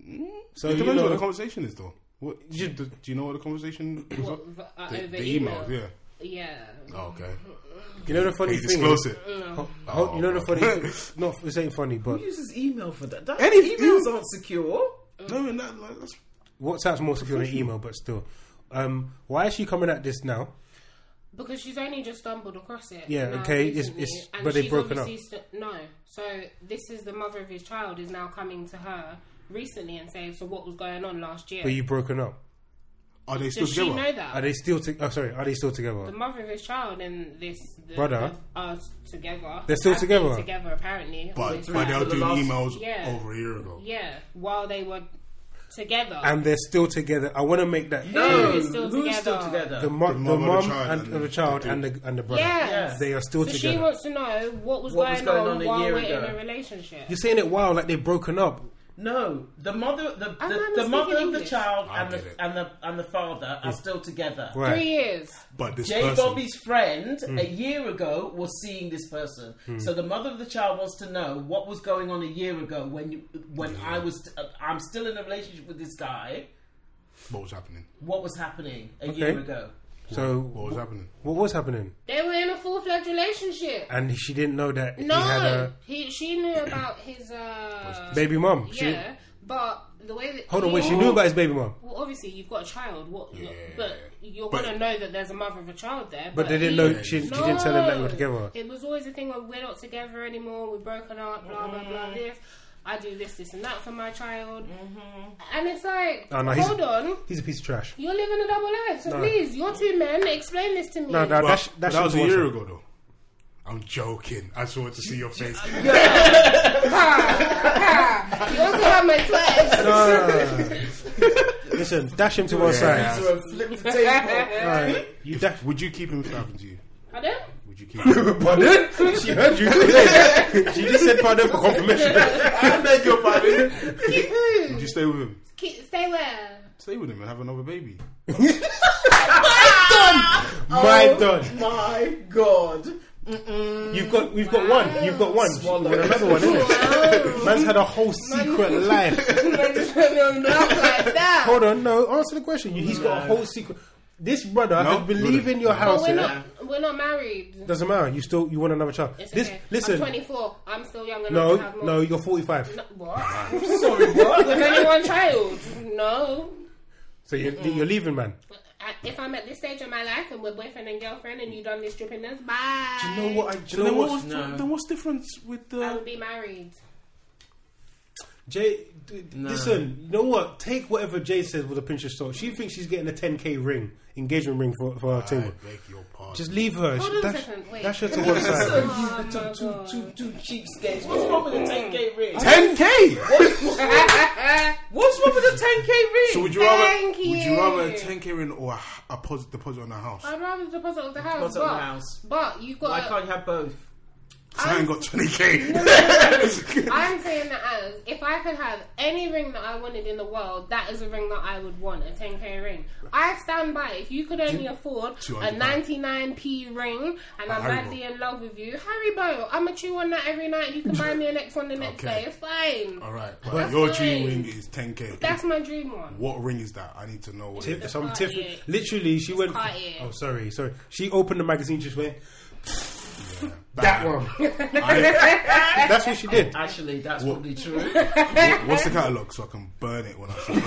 [SPEAKER 5] So
[SPEAKER 3] It
[SPEAKER 5] Hmm? you
[SPEAKER 3] depends what
[SPEAKER 5] know,
[SPEAKER 3] the conversation is, though. What, do, you, do you know what the conversation was?
[SPEAKER 2] What, v- uh,
[SPEAKER 3] the,
[SPEAKER 2] over
[SPEAKER 3] the email, yeah.
[SPEAKER 2] Yeah.
[SPEAKER 3] Oh, okay.
[SPEAKER 5] you know the
[SPEAKER 3] Can
[SPEAKER 5] funny
[SPEAKER 3] you
[SPEAKER 5] thing.
[SPEAKER 3] disclose it?
[SPEAKER 5] Ho- ho- you know
[SPEAKER 3] Oh,
[SPEAKER 5] the funny. thing- Not this ain't funny, but
[SPEAKER 4] Who uses email for that? that
[SPEAKER 3] Any-
[SPEAKER 4] emails aren't secure.
[SPEAKER 3] No, no, that, like, that's
[SPEAKER 5] WhatsApp's more secure than email, but still. Um, why is she coming at this now?
[SPEAKER 2] Because she's only just stumbled across it.
[SPEAKER 5] Yeah,
[SPEAKER 2] now
[SPEAKER 5] okay, it's-
[SPEAKER 2] recently,
[SPEAKER 5] it's-
[SPEAKER 2] and
[SPEAKER 5] but they've
[SPEAKER 2] she's
[SPEAKER 5] broken up.
[SPEAKER 2] obviously st- no, so this is the mother of his child is now coming to her recently and say, so what was going on last year?
[SPEAKER 5] But you've broken up.
[SPEAKER 3] Are they still
[SPEAKER 2] Does she
[SPEAKER 3] together?
[SPEAKER 2] know
[SPEAKER 5] Are
[SPEAKER 2] that?
[SPEAKER 5] they still? To- oh, sorry. Are they still together?
[SPEAKER 2] the mother of his child and this the,
[SPEAKER 5] Brother.
[SPEAKER 2] the- are together.
[SPEAKER 5] They're still
[SPEAKER 2] Have been
[SPEAKER 5] together?
[SPEAKER 2] Together apparently. all
[SPEAKER 3] But
[SPEAKER 2] this
[SPEAKER 3] but
[SPEAKER 2] time.
[SPEAKER 3] they were
[SPEAKER 4] the
[SPEAKER 3] doing
[SPEAKER 4] last-
[SPEAKER 3] emails
[SPEAKER 2] Yeah.
[SPEAKER 3] over a year ago.
[SPEAKER 2] yeah, while they were together.
[SPEAKER 5] And they're still together. I want to make that
[SPEAKER 2] No.
[SPEAKER 5] clear.
[SPEAKER 2] It's still
[SPEAKER 4] who's still
[SPEAKER 2] together.
[SPEAKER 4] together?
[SPEAKER 5] The, mo-
[SPEAKER 3] The
[SPEAKER 5] the
[SPEAKER 3] mum of the
[SPEAKER 5] mom
[SPEAKER 3] child
[SPEAKER 5] and
[SPEAKER 3] and
[SPEAKER 5] of the
[SPEAKER 3] the
[SPEAKER 5] child
[SPEAKER 3] two.
[SPEAKER 5] and the and the brother.
[SPEAKER 2] yeah.
[SPEAKER 4] Yeah.
[SPEAKER 5] They are still
[SPEAKER 2] So she
[SPEAKER 5] together.
[SPEAKER 2] wants to know what was,
[SPEAKER 4] What
[SPEAKER 2] going,
[SPEAKER 4] was going
[SPEAKER 2] on,
[SPEAKER 4] on a
[SPEAKER 2] while
[SPEAKER 4] year
[SPEAKER 2] we're
[SPEAKER 4] ago.
[SPEAKER 2] in a relationship.
[SPEAKER 5] You're saying it wow, like they've broken up.
[SPEAKER 4] No, the mother, the,
[SPEAKER 2] I'm
[SPEAKER 4] the,
[SPEAKER 2] not
[SPEAKER 4] the
[SPEAKER 2] speaking
[SPEAKER 4] mother of the
[SPEAKER 2] English.
[SPEAKER 4] child
[SPEAKER 3] I
[SPEAKER 4] and the,
[SPEAKER 3] get it.
[SPEAKER 4] and the and the father are still together.
[SPEAKER 5] Right.
[SPEAKER 2] Three years.
[SPEAKER 3] But this
[SPEAKER 4] J
[SPEAKER 3] person, Hmm.
[SPEAKER 4] Bobby's friend a year ago was seeing this person, so the mother of the child wants to know what was going on a year ago when you when I was uh, I'm still in a relationship with this guy.
[SPEAKER 3] what was happening?
[SPEAKER 4] What was happening a year ago?
[SPEAKER 5] So
[SPEAKER 3] What was happening?
[SPEAKER 5] What was happening?
[SPEAKER 2] They were in a full fledged relationship.
[SPEAKER 5] And she didn't know that
[SPEAKER 2] No,
[SPEAKER 5] he had a
[SPEAKER 2] he, she knew about his uh,
[SPEAKER 5] baby mom. She-
[SPEAKER 2] Yeah, but the way that
[SPEAKER 5] hold on,
[SPEAKER 2] he-
[SPEAKER 5] wait. She knew about his baby mom,
[SPEAKER 2] Well, obviously you've got a child. What? But you're
[SPEAKER 3] But-
[SPEAKER 2] gonna know that there's a mother of a child there.
[SPEAKER 5] but they didn't
[SPEAKER 2] he-
[SPEAKER 5] know. She, she didn't tell them that we were together.
[SPEAKER 2] It was always a thing of we're not together anymore. We're broken up. Blah blah blah. This. I do this, this, and that for my child. And it's like,
[SPEAKER 5] Oh, no, he's-
[SPEAKER 2] hold on.
[SPEAKER 5] He's a piece of trash.
[SPEAKER 2] You're living a double life, so
[SPEAKER 5] No.
[SPEAKER 2] please, your two men, explain this to me.
[SPEAKER 5] No, no,
[SPEAKER 3] But
[SPEAKER 5] that's,
[SPEAKER 3] but
[SPEAKER 5] that's
[SPEAKER 3] that was a year ago though. I'm joking. I just wanted to see your face.
[SPEAKER 2] You also have my twice.
[SPEAKER 5] Listen, dash him to one
[SPEAKER 3] Yeah.
[SPEAKER 5] side.
[SPEAKER 4] So flip the table.
[SPEAKER 5] Alright, you dash.
[SPEAKER 3] Would you keep him if it happened to you?
[SPEAKER 2] Pardon?
[SPEAKER 3] Would you keep him?
[SPEAKER 5] Pardon? She heard you. she just said pardon for confirmation.
[SPEAKER 3] I beg your pardon.
[SPEAKER 2] Keep who?
[SPEAKER 3] Would you stay with him?
[SPEAKER 2] Keep, stay where?
[SPEAKER 3] Stay with him and have another baby.
[SPEAKER 2] Oh.
[SPEAKER 5] My God,
[SPEAKER 4] My God.
[SPEAKER 5] you've got we've got one. You've got one. You've got another one,
[SPEAKER 2] Oh.
[SPEAKER 5] innit? Man's had a whole secret life.
[SPEAKER 2] I just went on block like that.
[SPEAKER 5] Hold on, no, answer the question. You- He's got a whole secret. This brother
[SPEAKER 3] No,
[SPEAKER 5] has been leaving
[SPEAKER 3] wouldn't.
[SPEAKER 5] your
[SPEAKER 2] But
[SPEAKER 5] house.
[SPEAKER 2] Oh, we're
[SPEAKER 5] innit?
[SPEAKER 2] not, we're not married.
[SPEAKER 5] Doesn't matter. You still you want another child.
[SPEAKER 2] It's
[SPEAKER 5] this
[SPEAKER 2] okay. I'm
[SPEAKER 5] listen.
[SPEAKER 2] 24. I'm still young enough to
[SPEAKER 5] No,
[SPEAKER 2] have more.
[SPEAKER 5] no, you're 45.
[SPEAKER 2] No, what?
[SPEAKER 4] Sorry, what?
[SPEAKER 2] With only one child? No.
[SPEAKER 5] So you're, you're leaving, man.
[SPEAKER 2] I, if I'm at this stage of my life and we're boyfriend and girlfriend and you done this strippiness, bye.
[SPEAKER 5] Do you know what? I, do you know
[SPEAKER 3] Then,
[SPEAKER 5] what?
[SPEAKER 3] what's,
[SPEAKER 4] No.
[SPEAKER 3] then what's difference with the?
[SPEAKER 2] I would be married.
[SPEAKER 5] Jay, d- d-
[SPEAKER 4] No.
[SPEAKER 5] listen. You know what? Take whatever Jay says with a pinch of salt. She thinks she's getting a 10k ring, engagement ring for for her
[SPEAKER 3] I
[SPEAKER 5] team.
[SPEAKER 3] beg your pardon.
[SPEAKER 5] Just leave her.
[SPEAKER 2] Hold on a
[SPEAKER 5] That's,
[SPEAKER 2] second, wait.
[SPEAKER 5] that's her to one
[SPEAKER 4] So you the
[SPEAKER 5] side.
[SPEAKER 4] two, two, two, two cheapskates. What's wrong with the 10k ring?
[SPEAKER 3] 10k.
[SPEAKER 4] What's wrong with the 10k ring?
[SPEAKER 3] So would you rather?
[SPEAKER 2] Thank
[SPEAKER 3] Would
[SPEAKER 2] you.
[SPEAKER 3] you rather a 10k ring or a, a pos- deposit on a house?
[SPEAKER 2] I'd rather deposit on the house.
[SPEAKER 4] Deposit
[SPEAKER 2] but,
[SPEAKER 4] on the house.
[SPEAKER 2] But you
[SPEAKER 4] Why
[SPEAKER 2] got.
[SPEAKER 4] can't you have both?
[SPEAKER 3] I ain't got 20k.
[SPEAKER 2] I'm saying that as if I could have any ring that I wanted in the world, that is a ring that I would want a 10k ring. I stand by it. If you could only afford a
[SPEAKER 3] 200 pound.
[SPEAKER 2] 99p ring and I'm
[SPEAKER 3] Haribo.
[SPEAKER 2] madly in love with you, Haribo, I'm gonna chew on that every night. You can buy me a next one the next
[SPEAKER 3] Okay.
[SPEAKER 2] day. It's fine.
[SPEAKER 3] All right, but your
[SPEAKER 2] fine.
[SPEAKER 3] dream ring is 10k.
[SPEAKER 2] That's my dream one.
[SPEAKER 3] what ring is that? I need to know. What it
[SPEAKER 5] Tip-
[SPEAKER 3] is.
[SPEAKER 5] Some
[SPEAKER 2] It's
[SPEAKER 5] tip.
[SPEAKER 2] Cartier.
[SPEAKER 5] Literally, she went.
[SPEAKER 2] Cartier.
[SPEAKER 5] Oh, sorry, sorry. She opened the magazine. Just went.
[SPEAKER 3] Yeah.
[SPEAKER 5] That one.
[SPEAKER 3] I-
[SPEAKER 5] That's what she did.
[SPEAKER 4] Actually, that's
[SPEAKER 3] What?
[SPEAKER 4] probably true.
[SPEAKER 3] what- what's the catalog so I can burn it when I see it?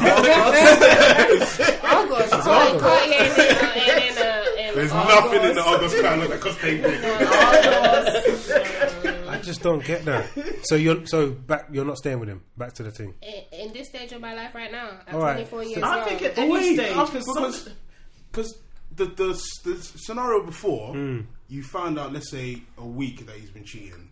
[SPEAKER 2] Oh gosh, Cartier, Cartier in a, in a, in
[SPEAKER 3] There's
[SPEAKER 2] oh,
[SPEAKER 3] nothing
[SPEAKER 2] gosh.
[SPEAKER 3] in the August catalog that costs 10k.
[SPEAKER 5] I just don't get that. So you're so back. You're not staying with him. Back to the team.
[SPEAKER 2] in, in this stage of my life right now, at
[SPEAKER 5] All right.
[SPEAKER 2] 24 years
[SPEAKER 4] I
[SPEAKER 2] young,
[SPEAKER 4] think at
[SPEAKER 3] Oh,
[SPEAKER 4] any
[SPEAKER 3] wait,
[SPEAKER 4] stage,
[SPEAKER 3] I-
[SPEAKER 4] because
[SPEAKER 3] because-
[SPEAKER 4] some-
[SPEAKER 3] Because the, the s- the s- scenario before,
[SPEAKER 5] Hmm.
[SPEAKER 3] you found out, let's say, a week that he's been cheating.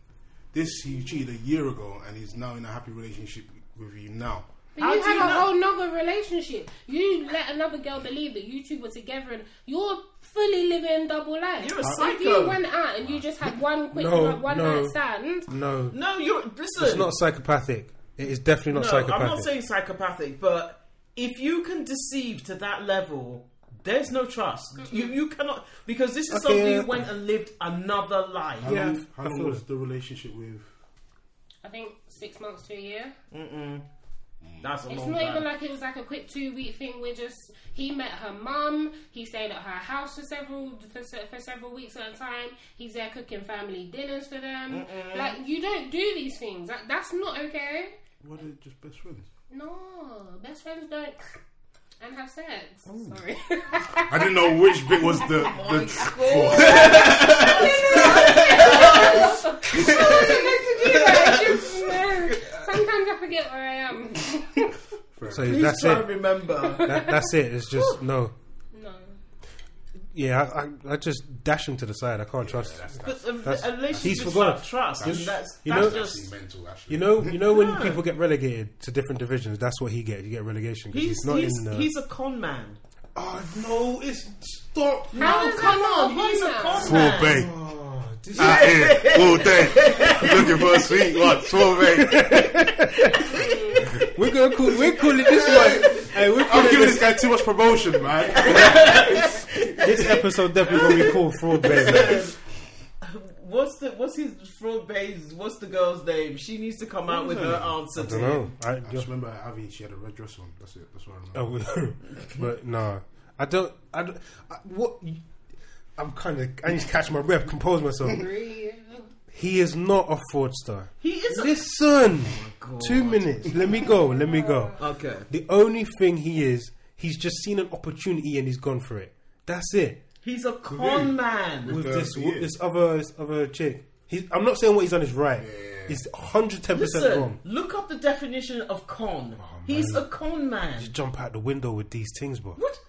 [SPEAKER 3] This he cheated a year ago, and he's now in a happy relationship with you now.
[SPEAKER 2] But
[SPEAKER 4] How
[SPEAKER 2] you
[SPEAKER 4] do
[SPEAKER 2] had
[SPEAKER 4] you
[SPEAKER 2] a
[SPEAKER 4] know-
[SPEAKER 2] whole nother relationship. You let another girl believe that you two were together and you're fully living double life.
[SPEAKER 4] You're a
[SPEAKER 2] If
[SPEAKER 4] psycho.
[SPEAKER 2] you went out and you just had one quick
[SPEAKER 5] No,
[SPEAKER 2] like, one
[SPEAKER 5] no.
[SPEAKER 2] night stand,
[SPEAKER 5] No,
[SPEAKER 4] no, you're listen.
[SPEAKER 5] it's not psychopathic. It is definitely not
[SPEAKER 4] no,
[SPEAKER 5] psychopathic.
[SPEAKER 4] I'm not saying psychopathic, but if you can deceive to that level, there's no trust. You you cannot because this is
[SPEAKER 5] Okay,
[SPEAKER 4] somebody
[SPEAKER 5] yeah.
[SPEAKER 4] who went and lived another life.
[SPEAKER 3] How
[SPEAKER 5] Yeah,
[SPEAKER 3] long, how
[SPEAKER 5] I
[SPEAKER 3] long
[SPEAKER 5] feel
[SPEAKER 3] was the relationship with?
[SPEAKER 2] I think six months to a year.
[SPEAKER 4] That's a
[SPEAKER 2] It's
[SPEAKER 4] long
[SPEAKER 2] not even
[SPEAKER 4] time.
[SPEAKER 2] like it was like a quick two week thing. We're just he met her mum. He stayed at her house for several for, se- for several weeks at a time. He's there cooking family dinners for them. Like you don't do these things. Like, that's not okay.
[SPEAKER 3] What are just best friends?
[SPEAKER 2] No, best friends don't and have sex. Sorry.
[SPEAKER 3] I didn't know which bit was the. the
[SPEAKER 2] Sometimes I forget where I am.
[SPEAKER 5] So
[SPEAKER 4] Please
[SPEAKER 5] that's
[SPEAKER 4] try and
[SPEAKER 5] it.
[SPEAKER 4] remember.
[SPEAKER 5] That, that's it. It's just no.
[SPEAKER 2] no.
[SPEAKER 5] Yeah, I, I, I just dash him to the side. I can't trust.
[SPEAKER 4] But a,
[SPEAKER 5] That's-
[SPEAKER 4] a relationship
[SPEAKER 5] he's
[SPEAKER 4] is
[SPEAKER 5] forgotten.
[SPEAKER 4] about trust, and that's,
[SPEAKER 5] you
[SPEAKER 4] that's
[SPEAKER 5] know-
[SPEAKER 4] just.
[SPEAKER 3] mental, actually.
[SPEAKER 5] You know, you know when people get relegated to different divisions, that's what he gets. You get relegation because
[SPEAKER 4] He's,
[SPEAKER 5] he's, not
[SPEAKER 4] he's,
[SPEAKER 5] in uh, the.
[SPEAKER 4] he's a con man. Oh,
[SPEAKER 3] Oh no! It's stop.
[SPEAKER 2] How is
[SPEAKER 4] come
[SPEAKER 2] that
[SPEAKER 4] on,
[SPEAKER 2] not a
[SPEAKER 4] he's a
[SPEAKER 2] con
[SPEAKER 4] con
[SPEAKER 2] man?
[SPEAKER 3] Small
[SPEAKER 4] man.
[SPEAKER 3] bay.
[SPEAKER 5] Oh, this-
[SPEAKER 3] Out here all Ah, day looking for a sweet one. Small bay.
[SPEAKER 5] we're gonna call. We're calling this one. Hey, we're
[SPEAKER 3] I'm
[SPEAKER 5] calling
[SPEAKER 3] giving
[SPEAKER 5] this,
[SPEAKER 3] this guy too much promotion, man.
[SPEAKER 5] this episode definitely gonna be called fraud. Baby.
[SPEAKER 4] What's the what's his fraud base? What's the girl's name? She needs to come out
[SPEAKER 5] Hmm.
[SPEAKER 4] with her answer.
[SPEAKER 5] I
[SPEAKER 4] to
[SPEAKER 5] don't
[SPEAKER 4] him.
[SPEAKER 5] know. I,
[SPEAKER 3] I just remember at Avi, she had a red dress on. That's it. That's what I remember.
[SPEAKER 5] Oh, but no, I don't. I, don't- I what. I'm kind of. I need to catch my breath, compose myself.
[SPEAKER 2] Really?
[SPEAKER 5] He is not a fraudster.
[SPEAKER 4] He is a
[SPEAKER 5] Listen,
[SPEAKER 4] God.
[SPEAKER 5] two minutes. Let me go. Let me go.
[SPEAKER 4] okay.
[SPEAKER 5] The only thing he is, he's just seen an opportunity and he's gone for it. That's it.
[SPEAKER 4] He's a con man.
[SPEAKER 5] With
[SPEAKER 3] Yeah,
[SPEAKER 5] this,
[SPEAKER 3] he
[SPEAKER 5] with
[SPEAKER 3] is.
[SPEAKER 5] this other, this other chick. He's, I'm not saying what he's done is right. He's 110 percent
[SPEAKER 4] Listen,
[SPEAKER 5] wrong.
[SPEAKER 4] look up the definition of con.
[SPEAKER 5] Oh,
[SPEAKER 4] He's a con man.
[SPEAKER 5] Just jump out the window with these things, bro.
[SPEAKER 4] What?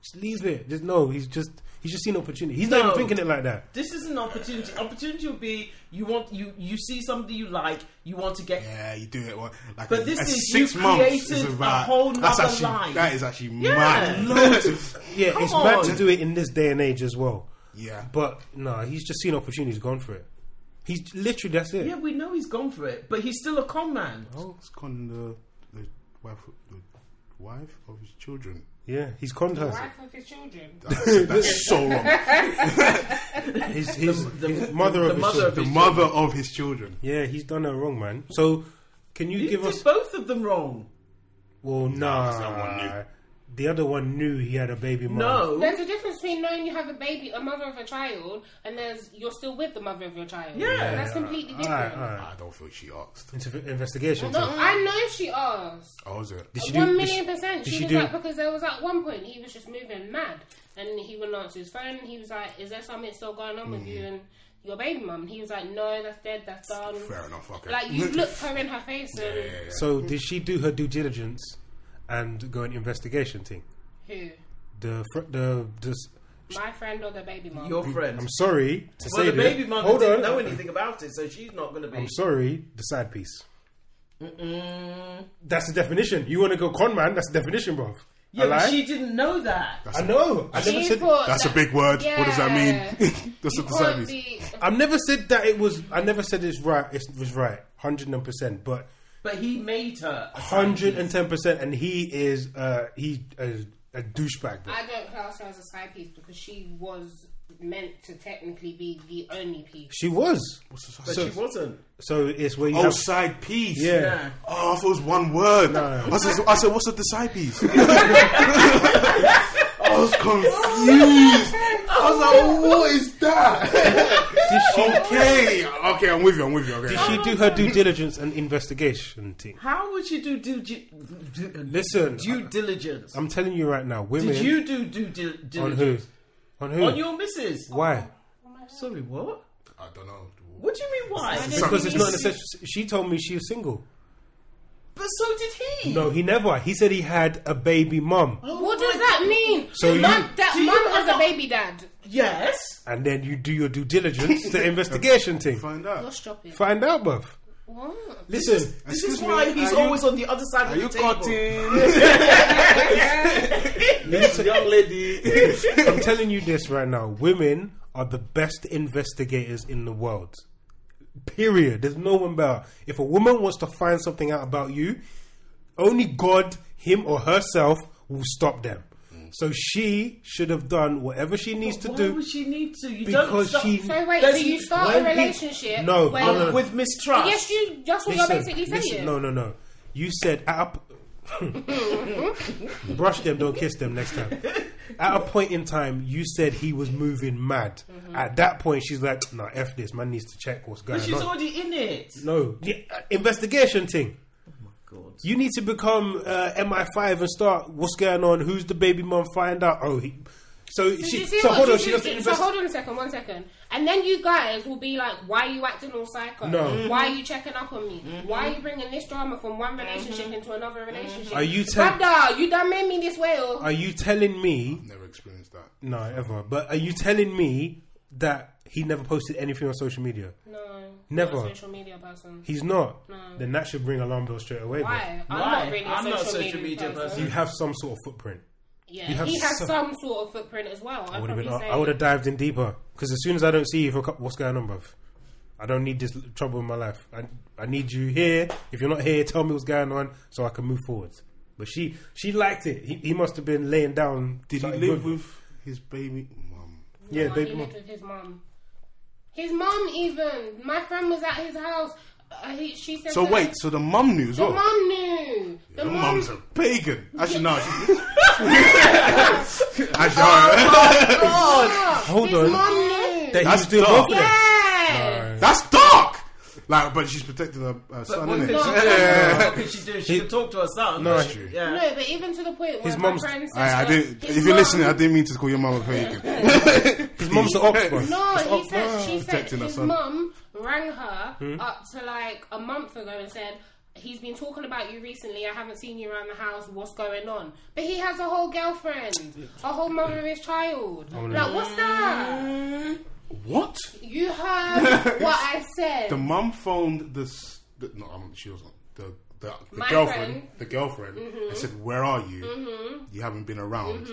[SPEAKER 5] Just leave it. Just no. He's just, he's just seen opportunity. He's
[SPEAKER 4] No.
[SPEAKER 5] not even thinking it like that.
[SPEAKER 4] This is an opportunity. Opportunity would be you want you you see something you like, you want to get.
[SPEAKER 3] Yeah, you do it. Well, like
[SPEAKER 4] But
[SPEAKER 3] a,
[SPEAKER 4] this
[SPEAKER 3] a
[SPEAKER 4] is-
[SPEAKER 3] six
[SPEAKER 4] you
[SPEAKER 3] months is
[SPEAKER 4] created a
[SPEAKER 3] about,
[SPEAKER 4] whole
[SPEAKER 3] that's
[SPEAKER 4] nother
[SPEAKER 3] actually,
[SPEAKER 4] line.
[SPEAKER 3] That is actually
[SPEAKER 4] Yeah.
[SPEAKER 3] mad.
[SPEAKER 5] Yeah,
[SPEAKER 4] Come
[SPEAKER 5] it's mad
[SPEAKER 4] on.
[SPEAKER 5] to do it in this day and age as well.
[SPEAKER 3] yeah,
[SPEAKER 5] But no, he's just seen opportunity. He's gone for it. He's literally that's it.
[SPEAKER 4] Yeah, we know he's gone for it, but he's still a con man.
[SPEAKER 5] Oh.
[SPEAKER 3] it's con the, the wife, the wife of his children.
[SPEAKER 5] Yeah, he's conned her.
[SPEAKER 2] Wife of his children.
[SPEAKER 3] That's, that's so wrong.
[SPEAKER 5] His, his,
[SPEAKER 4] the-
[SPEAKER 5] his mother
[SPEAKER 4] the
[SPEAKER 5] of his
[SPEAKER 4] mother
[SPEAKER 5] children.
[SPEAKER 4] of
[SPEAKER 3] The
[SPEAKER 4] his
[SPEAKER 3] mother of his children.
[SPEAKER 5] Yeah, he's done her wrong, man. So, can you
[SPEAKER 4] He
[SPEAKER 5] give
[SPEAKER 4] did
[SPEAKER 5] us?
[SPEAKER 4] both of them wrong.
[SPEAKER 5] Well,
[SPEAKER 3] that's not one
[SPEAKER 5] nah.
[SPEAKER 3] new.
[SPEAKER 5] The other one knew he had a baby mom.
[SPEAKER 4] No,
[SPEAKER 2] There's a difference between knowing you have a baby, a mother of a child, and there's you're still with the mother of your child.
[SPEAKER 4] Yeah.
[SPEAKER 2] that's completely
[SPEAKER 5] All
[SPEAKER 2] different.
[SPEAKER 5] right, all right.
[SPEAKER 3] I don't think she asked.
[SPEAKER 5] Inter- investigation.
[SPEAKER 2] No,
[SPEAKER 5] so-
[SPEAKER 2] I know she asked.
[SPEAKER 3] Oh, is it?
[SPEAKER 5] Did she do?
[SPEAKER 2] One
[SPEAKER 5] did she-
[SPEAKER 2] million percent.
[SPEAKER 5] Did
[SPEAKER 2] She,
[SPEAKER 5] she
[SPEAKER 2] was
[SPEAKER 5] do?
[SPEAKER 2] like because there was at one point he was just moving mad, and he wouldn't answer his phone. He was like, "Is there something still going on with you
[SPEAKER 3] Mm-hmm.
[SPEAKER 2] and your baby mum?" And He was like, "No, that's dead. That's done."
[SPEAKER 3] Fair enough. Okay.
[SPEAKER 2] Like you looked her in her face and
[SPEAKER 5] So did she do her due diligence and go an investigation thing?
[SPEAKER 2] who?
[SPEAKER 5] The fr- the this.
[SPEAKER 2] My friend or the baby mum?
[SPEAKER 4] your friend.
[SPEAKER 5] I'm sorry to
[SPEAKER 4] well,
[SPEAKER 5] say
[SPEAKER 4] the
[SPEAKER 5] this.
[SPEAKER 4] baby mother
[SPEAKER 5] Hold
[SPEAKER 4] didn't
[SPEAKER 5] on.
[SPEAKER 4] know anything about it, so she's not going to be.
[SPEAKER 5] I'm sorry. The side piece.
[SPEAKER 4] Mm.
[SPEAKER 5] That's the definition. You want to go con man? That's the definition, bro.
[SPEAKER 4] Yeah,
[SPEAKER 5] I
[SPEAKER 4] but
[SPEAKER 5] lie?
[SPEAKER 4] she didn't know that.
[SPEAKER 5] I know. I never
[SPEAKER 2] You
[SPEAKER 5] said.
[SPEAKER 2] thought
[SPEAKER 3] That's a
[SPEAKER 2] that-
[SPEAKER 3] big word. What does that
[SPEAKER 2] Yeah.
[SPEAKER 3] mean? That's
[SPEAKER 2] You
[SPEAKER 3] what the same
[SPEAKER 2] can't
[SPEAKER 3] is.
[SPEAKER 2] be-
[SPEAKER 5] I've never said that it was. I never said it's right. It was right, hundred and percent. But
[SPEAKER 4] But he made her. a
[SPEAKER 5] hundred and ten percent, and he is. Uh, he is a douchebag. bro.
[SPEAKER 2] I don't class her as a side piece because she was meant to technically be the only piece.
[SPEAKER 5] She was.
[SPEAKER 4] But
[SPEAKER 5] So,
[SPEAKER 4] she wasn't.
[SPEAKER 5] so it's where you
[SPEAKER 3] Oh,
[SPEAKER 5] have.
[SPEAKER 3] side piece.
[SPEAKER 5] Yeah.
[SPEAKER 4] Yeah.
[SPEAKER 3] Oh, I thought it was one word.
[SPEAKER 5] No.
[SPEAKER 3] I, said, I said, what's a decide piece? I was confused. I was like, what is that?
[SPEAKER 5] Did she?
[SPEAKER 3] okay, okay, I'm with you, I'm with you. Okay.
[SPEAKER 5] Did she do her due diligence and investigation thing?
[SPEAKER 4] How would you do due, di- due,
[SPEAKER 5] Listen,
[SPEAKER 4] due diligence?
[SPEAKER 5] I, am telling you right now, women
[SPEAKER 4] Did you do due di- diligence?
[SPEAKER 5] on who, on who,
[SPEAKER 4] On your missus.
[SPEAKER 5] why?
[SPEAKER 4] Sorry, what?
[SPEAKER 3] I don't know.
[SPEAKER 4] What do you mean why?
[SPEAKER 5] Because it's not necessary. She told me she was single.
[SPEAKER 4] But so did he. Oh
[SPEAKER 5] No, he never. He said he had a baby mum.
[SPEAKER 2] What does that mean?
[SPEAKER 5] So
[SPEAKER 2] The
[SPEAKER 5] you-
[SPEAKER 2] mum- that
[SPEAKER 4] Do you
[SPEAKER 2] mum has
[SPEAKER 4] ever-
[SPEAKER 2] a baby dad.
[SPEAKER 4] Yes.
[SPEAKER 5] and then you do your due diligence, the investigation thing.
[SPEAKER 3] Find
[SPEAKER 2] You're
[SPEAKER 3] out.
[SPEAKER 2] stopping.
[SPEAKER 5] Find out, bruv.
[SPEAKER 2] What?
[SPEAKER 5] Listen,
[SPEAKER 4] This
[SPEAKER 3] Excuse
[SPEAKER 4] is
[SPEAKER 3] me,
[SPEAKER 4] why he's
[SPEAKER 3] are you-
[SPEAKER 4] always on the other side
[SPEAKER 3] Are
[SPEAKER 4] of
[SPEAKER 3] you
[SPEAKER 4] the table.
[SPEAKER 3] cutting? Young lady.
[SPEAKER 5] I'm telling you this right now. Women are the best investigators in the world. Period. There's no one better. If a woman wants to find something out about you, only God, him or herself, will stop them. So she should have done whatever she needs to
[SPEAKER 4] Mm. Why
[SPEAKER 5] do
[SPEAKER 4] would she need to? You don't
[SPEAKER 5] because
[SPEAKER 4] stop
[SPEAKER 5] she.
[SPEAKER 2] So wait,
[SPEAKER 4] Does
[SPEAKER 2] so
[SPEAKER 4] he-
[SPEAKER 2] you start
[SPEAKER 4] when
[SPEAKER 2] a
[SPEAKER 4] he-
[SPEAKER 2] relationship?
[SPEAKER 5] No,
[SPEAKER 2] when,
[SPEAKER 5] no, no, no.
[SPEAKER 4] with mistrust.
[SPEAKER 2] Yes, you. That's what you're basically saying.
[SPEAKER 5] listen, no, no, no. You said at a, brush them, don't kiss them next time. At a point in time, you said he was moving mad.
[SPEAKER 2] Mm-hmm.
[SPEAKER 5] At that point, she's like, "No, f this man needs to check what's going
[SPEAKER 4] But she's
[SPEAKER 5] on."
[SPEAKER 4] already in it.
[SPEAKER 5] no, yeah, uh, investigation thing.
[SPEAKER 4] God.
[SPEAKER 5] You need to become uh, MI5 and start. What's going on? Who's the baby mom? Find out. Oh, he, So
[SPEAKER 2] Did
[SPEAKER 5] she.
[SPEAKER 2] you see
[SPEAKER 5] So
[SPEAKER 2] what
[SPEAKER 5] hold
[SPEAKER 2] you
[SPEAKER 5] on. She
[SPEAKER 2] do?
[SPEAKER 5] doesn't
[SPEAKER 2] So
[SPEAKER 5] invest.
[SPEAKER 2] hold on a second, one second, and then you guys will be like, "Why are you acting all psycho?
[SPEAKER 5] No. Mm-hmm.
[SPEAKER 2] Why are you checking up on me? Why are you bringing this drama from one relationship into another relationship?
[SPEAKER 5] Are you
[SPEAKER 2] Brother,
[SPEAKER 5] telling?
[SPEAKER 2] you done made me this way, or
[SPEAKER 5] Are you telling me?
[SPEAKER 3] Never experienced that.
[SPEAKER 5] No, ever. But are you telling me that he never posted anything on social media?
[SPEAKER 2] no?
[SPEAKER 5] Never.
[SPEAKER 2] Not a social media person.
[SPEAKER 5] He's not.
[SPEAKER 2] No.
[SPEAKER 5] Then that should ring alarm bells straight away.
[SPEAKER 2] Why? I'm
[SPEAKER 4] Why?
[SPEAKER 2] not really a
[SPEAKER 4] I'm
[SPEAKER 2] social,
[SPEAKER 4] not a social
[SPEAKER 2] media,
[SPEAKER 4] media
[SPEAKER 5] but
[SPEAKER 2] person.
[SPEAKER 5] You have some sort of footprint.
[SPEAKER 2] Yeah,
[SPEAKER 5] You have
[SPEAKER 2] he has
[SPEAKER 5] some-
[SPEAKER 2] some sort of footprint as well.
[SPEAKER 5] I
[SPEAKER 2] I'd
[SPEAKER 5] would have
[SPEAKER 2] probably
[SPEAKER 5] been.
[SPEAKER 2] say.
[SPEAKER 5] I would have dived in deeper because as soon as I don't see you, for a couple, what's going on, bruv? I don't need this l- trouble in my life. I I need you here. If you're not here, tell me what's going on so I can move forwards. But she she liked it. He, he must have been laying down.
[SPEAKER 3] Did he
[SPEAKER 5] something
[SPEAKER 3] live
[SPEAKER 5] good.
[SPEAKER 3] with his baby mum?
[SPEAKER 5] Yeah,
[SPEAKER 2] No,
[SPEAKER 5] baby
[SPEAKER 2] he
[SPEAKER 5] mum.
[SPEAKER 2] lived with his mom. His mom even. My friend was at his house. Uh, he, she said.
[SPEAKER 3] So
[SPEAKER 2] to-
[SPEAKER 3] wait, so the mum knew as
[SPEAKER 2] The
[SPEAKER 3] well.
[SPEAKER 2] mum knew. The
[SPEAKER 3] Your
[SPEAKER 2] mum-
[SPEAKER 3] mum's a pagan. Actually, no. Actually, actually
[SPEAKER 5] Hold
[SPEAKER 2] His
[SPEAKER 5] on.
[SPEAKER 2] mum knew.
[SPEAKER 5] That he
[SPEAKER 3] That's
[SPEAKER 5] was doing
[SPEAKER 3] dark.
[SPEAKER 5] both of them.
[SPEAKER 2] yeah.
[SPEAKER 5] Alright.
[SPEAKER 3] that's dark. Like, but she's protecting her, her son,
[SPEAKER 4] what
[SPEAKER 3] innit?
[SPEAKER 4] could, she,
[SPEAKER 2] No.
[SPEAKER 4] what could she do? She could talk to her son.
[SPEAKER 5] No,
[SPEAKER 3] That's true.
[SPEAKER 4] Yeah.
[SPEAKER 2] No, but even to the point where
[SPEAKER 5] His
[SPEAKER 2] my
[SPEAKER 5] mum's-
[SPEAKER 2] friend said,
[SPEAKER 3] I, I
[SPEAKER 2] that
[SPEAKER 3] didn't.
[SPEAKER 2] his
[SPEAKER 3] If you're
[SPEAKER 2] mum-
[SPEAKER 3] listening, I didn't mean to call your mum a pagan.
[SPEAKER 5] His mum's the ox, bruv.
[SPEAKER 2] No,
[SPEAKER 5] It's
[SPEAKER 2] he
[SPEAKER 5] ox.
[SPEAKER 2] said she said
[SPEAKER 3] Protecting her
[SPEAKER 2] his
[SPEAKER 3] son. Hmm?
[SPEAKER 2] mum rang her up to like a month ago and said he's been talking about you recently. I haven't seen you around the house. What's going on? But he has a whole girlfriend, a whole mother of his child.
[SPEAKER 3] Oh,
[SPEAKER 2] Like what's that?
[SPEAKER 3] what?
[SPEAKER 2] You heard what I said.
[SPEAKER 3] The mum phoned this. The, no, I mean, she wasn't. The, the, the
[SPEAKER 2] My
[SPEAKER 3] girlfriend,
[SPEAKER 2] friend. Mm-hmm.
[SPEAKER 3] the girlfriend, and said, "Where are you? You haven't been around,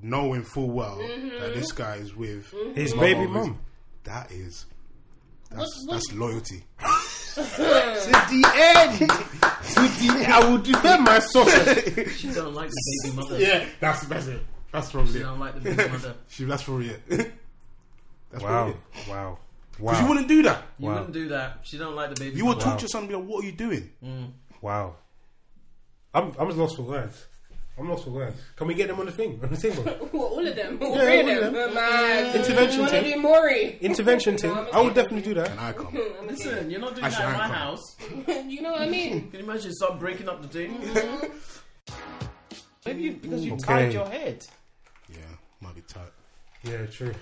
[SPEAKER 3] knowing full well that
[SPEAKER 2] Mm-hmm.
[SPEAKER 3] this guy is with
[SPEAKER 5] His
[SPEAKER 3] mum
[SPEAKER 5] baby
[SPEAKER 3] of his-
[SPEAKER 5] mum.
[SPEAKER 3] That is, that's,
[SPEAKER 2] what-
[SPEAKER 3] that's loyalty.
[SPEAKER 5] To the end. to the I will defend my sausage.
[SPEAKER 4] She don't like the baby mother.
[SPEAKER 3] Yeah, that's that's it. That's probably
[SPEAKER 4] She
[SPEAKER 3] it.
[SPEAKER 4] don't like the baby mother.
[SPEAKER 3] She, that's probably it. that's
[SPEAKER 5] Wow,
[SPEAKER 3] probably it.
[SPEAKER 5] wow,
[SPEAKER 3] Because you
[SPEAKER 5] wow,
[SPEAKER 3] wouldn't do that.
[SPEAKER 4] You
[SPEAKER 5] Wow.
[SPEAKER 4] wouldn't do that. She don't like the baby
[SPEAKER 3] You would
[SPEAKER 4] mother.
[SPEAKER 3] talk to your son and be like, "What are you doing?"
[SPEAKER 2] Mm-hmm.
[SPEAKER 5] wow. I'm I'm lost for words. I'm lost for words. Can we get them on the thing? On the table.
[SPEAKER 2] Well, all of them. All
[SPEAKER 5] Yeah,
[SPEAKER 2] three of
[SPEAKER 5] all of
[SPEAKER 2] them.
[SPEAKER 5] them.
[SPEAKER 2] Man,
[SPEAKER 5] Intervention
[SPEAKER 2] you wanna
[SPEAKER 5] team.
[SPEAKER 2] do Maury?
[SPEAKER 5] Intervention team. I would definitely do
[SPEAKER 3] And
[SPEAKER 5] that.
[SPEAKER 3] I come.
[SPEAKER 4] Listen, you're not doing
[SPEAKER 3] Actually,
[SPEAKER 4] that
[SPEAKER 3] I
[SPEAKER 4] in my
[SPEAKER 3] ain't coming.
[SPEAKER 4] house.
[SPEAKER 2] you know what I mean?
[SPEAKER 4] Can you imagine someone breaking up the team? Maybe you, because you
[SPEAKER 5] Okay.
[SPEAKER 4] tied your head.
[SPEAKER 3] Yeah, might be tight.
[SPEAKER 5] Yeah, true.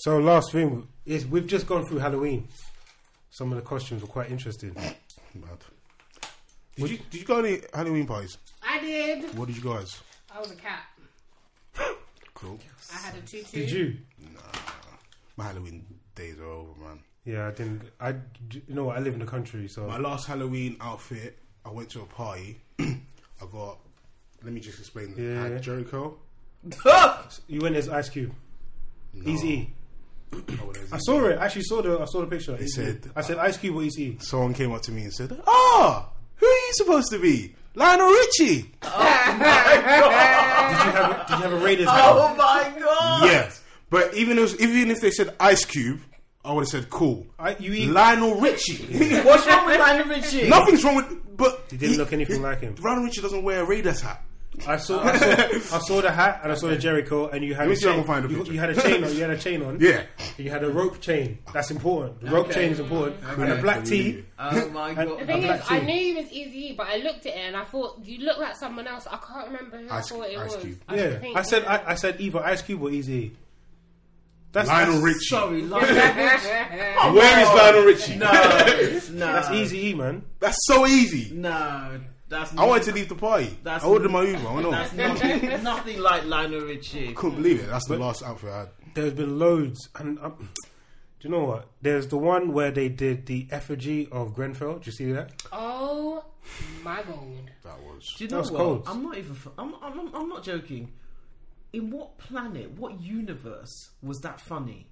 [SPEAKER 5] So last thing is we've just gone through Halloween. Some of the costumes were quite interesting.
[SPEAKER 3] Mad. Did you did you go any Halloween parties?
[SPEAKER 2] I did.
[SPEAKER 3] What did you guys?
[SPEAKER 2] I was a cat.
[SPEAKER 3] Cool.
[SPEAKER 2] I had a tutu.
[SPEAKER 5] Did you?
[SPEAKER 3] Uh, My Halloween days are over, man.
[SPEAKER 5] Yeah, I didn't. I you know what? I live in the country,
[SPEAKER 3] My
[SPEAKER 5] so
[SPEAKER 3] last Halloween outfit, I went to a party. I got. Let me just explain.
[SPEAKER 5] Yeah,
[SPEAKER 3] I
[SPEAKER 5] yeah.
[SPEAKER 3] had Jericho.
[SPEAKER 4] Oh
[SPEAKER 5] you went as Ice Cube.
[SPEAKER 3] No.
[SPEAKER 5] Easy. E.
[SPEAKER 3] Oh, well, there's
[SPEAKER 5] I
[SPEAKER 3] Easy.
[SPEAKER 5] saw it. I actually saw the. I saw the picture. Easy E.
[SPEAKER 3] said-
[SPEAKER 5] I said Ice Cube or Easy. E.
[SPEAKER 3] Someone came up to me and said, "Ah, who are you supposed to be? Lionel Richie."
[SPEAKER 5] Did you have? a- Did you have a Raiders?
[SPEAKER 4] Oh my god!
[SPEAKER 3] yes, but even if even if they said Ice Cube, I would have said cool.
[SPEAKER 5] I, you eat.
[SPEAKER 3] Lionel Richie.
[SPEAKER 4] What's wrong with Lionel Richie?
[SPEAKER 3] Nothing's wrong with. But
[SPEAKER 5] He didn't look anything like him.
[SPEAKER 3] Lionel Richie doesn't wear a Raiders hat.
[SPEAKER 5] I saw, I saw, I saw the hat and I saw the Jericho, and you had.
[SPEAKER 3] me
[SPEAKER 5] a
[SPEAKER 3] see if I
[SPEAKER 5] chain-
[SPEAKER 3] can find the
[SPEAKER 5] you,
[SPEAKER 3] picture.
[SPEAKER 5] you had a chain on. You had a chain on.
[SPEAKER 3] Yeah.
[SPEAKER 5] You had a rope chain. That's important. The rope
[SPEAKER 4] Okay.
[SPEAKER 5] chain is important. And a black tee.
[SPEAKER 4] Oh my
[SPEAKER 5] And-
[SPEAKER 2] The
[SPEAKER 5] and-
[SPEAKER 4] god!
[SPEAKER 2] thing
[SPEAKER 5] black
[SPEAKER 2] is, I
[SPEAKER 5] tea.
[SPEAKER 2] knew you was Easy, but I looked at it and I thought you look like someone else. I can't remember who
[SPEAKER 3] Ice-
[SPEAKER 2] I thought it
[SPEAKER 3] Ice
[SPEAKER 2] was.
[SPEAKER 3] Cube.
[SPEAKER 2] I
[SPEAKER 5] yeah.
[SPEAKER 2] think-
[SPEAKER 5] I said. I, I said either Ice Cube or Easy. That's
[SPEAKER 3] Lionel
[SPEAKER 5] that's,
[SPEAKER 3] Richie.
[SPEAKER 4] Sorry, Lionel.
[SPEAKER 3] Where is Lionel Richie?
[SPEAKER 4] no, no,
[SPEAKER 5] That's Easy E, man.
[SPEAKER 3] That's so easy.
[SPEAKER 4] No, that's
[SPEAKER 3] I wanted to leave the party.
[SPEAKER 4] That's-
[SPEAKER 3] I ordered my Uber. I know.
[SPEAKER 4] That's nothing, nothing like Lionel Richie.
[SPEAKER 3] couldn't believe it. That's the last outfit I had.
[SPEAKER 5] There's been loads, and um, do you know what? There's the one where they did the effigy of Grenfell. Do you see that?
[SPEAKER 2] Oh my god!
[SPEAKER 3] That was.
[SPEAKER 4] Do you
[SPEAKER 5] That
[SPEAKER 4] know
[SPEAKER 5] was
[SPEAKER 4] what?
[SPEAKER 5] cold.
[SPEAKER 4] I'm not even. fu- I'm, I'm, I'm- I'm not joking. In what planet, what universe was that funny?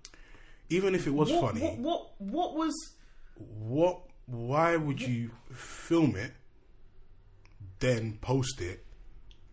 [SPEAKER 3] Even if it was
[SPEAKER 4] What,
[SPEAKER 3] funny,
[SPEAKER 4] What,
[SPEAKER 3] what,
[SPEAKER 4] what, what was?
[SPEAKER 3] Why would you film it, then post it,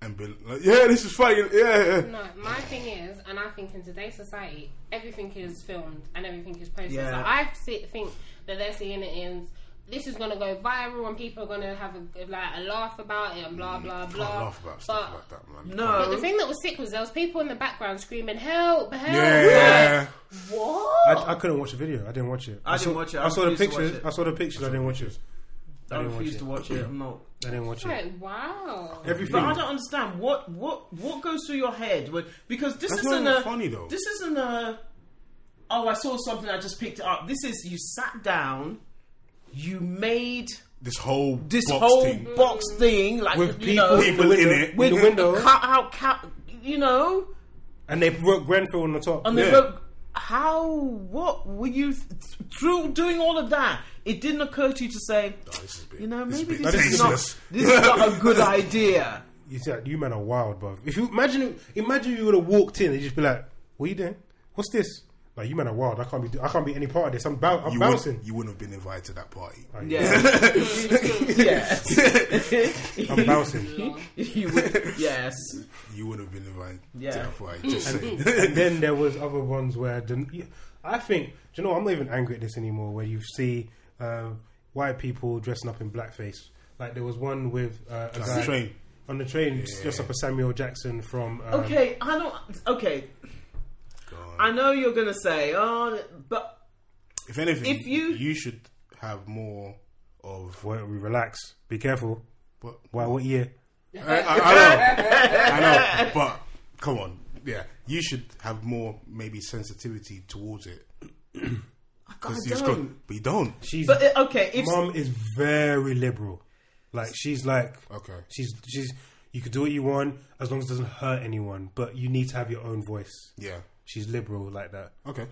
[SPEAKER 3] and be like, "Yeah, this is funny." Yeah, yeah.
[SPEAKER 2] No, my thing is, and I think in today's society, everything is filmed and everything is posted.
[SPEAKER 4] Yeah.
[SPEAKER 2] So I see, think that they're seeing it in. This is gonna go viral, and people are gonna have a, like a laugh about it, and blah blah
[SPEAKER 3] Mm, Can't
[SPEAKER 2] blah.
[SPEAKER 3] laugh about stuff like that, man.
[SPEAKER 2] But the
[SPEAKER 4] No,
[SPEAKER 2] thing that was sick was there was people in the background screaming, "Help! Help!"
[SPEAKER 3] Yeah.
[SPEAKER 2] Like, what?
[SPEAKER 5] I, I couldn't watch the video. I didn't watch it.
[SPEAKER 4] I didn't
[SPEAKER 5] saw,
[SPEAKER 4] watch it. I
[SPEAKER 5] I saw the
[SPEAKER 4] refused to watch
[SPEAKER 5] pictures.
[SPEAKER 4] it.
[SPEAKER 5] I saw the pictures. I didn't watch it.
[SPEAKER 4] I
[SPEAKER 5] didn't watch
[SPEAKER 4] refuse
[SPEAKER 5] it.
[SPEAKER 4] to watch it. I'm not.
[SPEAKER 5] I didn't watch it.
[SPEAKER 2] Like, wow.
[SPEAKER 4] But I
[SPEAKER 5] Everything.
[SPEAKER 4] don't understand what what what goes through your head when because this
[SPEAKER 3] That's not
[SPEAKER 4] isn't
[SPEAKER 3] even
[SPEAKER 4] a
[SPEAKER 3] funny, though.
[SPEAKER 4] This isn't a. Oh, I saw something. I just picked it up. This is you sat down, you made
[SPEAKER 3] This whole
[SPEAKER 4] this
[SPEAKER 3] box
[SPEAKER 4] whole
[SPEAKER 3] thing.
[SPEAKER 4] box thing like
[SPEAKER 5] With
[SPEAKER 4] you know,
[SPEAKER 5] people,
[SPEAKER 3] people in it.
[SPEAKER 5] with the window,
[SPEAKER 4] cut out cap. You know,
[SPEAKER 5] and they wrote Grenfell on the top.
[SPEAKER 4] and they
[SPEAKER 3] Yeah.
[SPEAKER 4] wrote how what were you th- through doing all of that? It didn't occur to you to say,
[SPEAKER 3] This is big.
[SPEAKER 4] you know,
[SPEAKER 3] This is big.
[SPEAKER 4] maybe this,
[SPEAKER 3] That
[SPEAKER 4] is
[SPEAKER 3] is
[SPEAKER 4] not
[SPEAKER 3] useless.
[SPEAKER 4] this is not a good idea.
[SPEAKER 5] You see, like, you men are wild, bruv. If you imagine, imagine you would have walked in and just be like, "What are you doing? What's this?" Like, you men are wild. I can't be. do- I can't be any part of this. I'm, bou- I'm
[SPEAKER 3] You
[SPEAKER 5] bouncing.
[SPEAKER 3] wouldn't, you wouldn't have been invited to that party.
[SPEAKER 4] Yeah, yeah.
[SPEAKER 5] I'm bouncing.
[SPEAKER 4] You would- yes.
[SPEAKER 3] You would have been invited
[SPEAKER 4] Yeah.
[SPEAKER 3] to that party. Just saying.
[SPEAKER 5] and then there was other ones where the, I think, do you know, what? I'm not even angry at this anymore. Where you see uh, white people dressing up in blackface. Like there was one with uh, a
[SPEAKER 3] Like
[SPEAKER 5] guy
[SPEAKER 3] the train.
[SPEAKER 5] on the train dressed up as Samuel Jackson from. Um,
[SPEAKER 4] Okay, I don't. Okay,
[SPEAKER 3] Go on.
[SPEAKER 4] I know you're gonna say, oh, but
[SPEAKER 3] If anything,
[SPEAKER 4] If you-
[SPEAKER 3] you should have more of.
[SPEAKER 5] Well, we relax. Be careful.
[SPEAKER 3] But,
[SPEAKER 5] Why? What year?
[SPEAKER 3] I, I, I know, I know, but come on, yeah, you should have more maybe sensitivity towards it. Because
[SPEAKER 4] I
[SPEAKER 3] you've got-
[SPEAKER 4] don't.
[SPEAKER 3] but you don't.
[SPEAKER 5] She's
[SPEAKER 4] But uh, okay, if
[SPEAKER 5] mom is very liberal. Like she's like
[SPEAKER 3] Okay.
[SPEAKER 5] She's she's you could do what you want as long as it doesn't hurt anyone, but you need to have your own voice.
[SPEAKER 3] Yeah.
[SPEAKER 5] She's liberal like that.
[SPEAKER 3] Okay.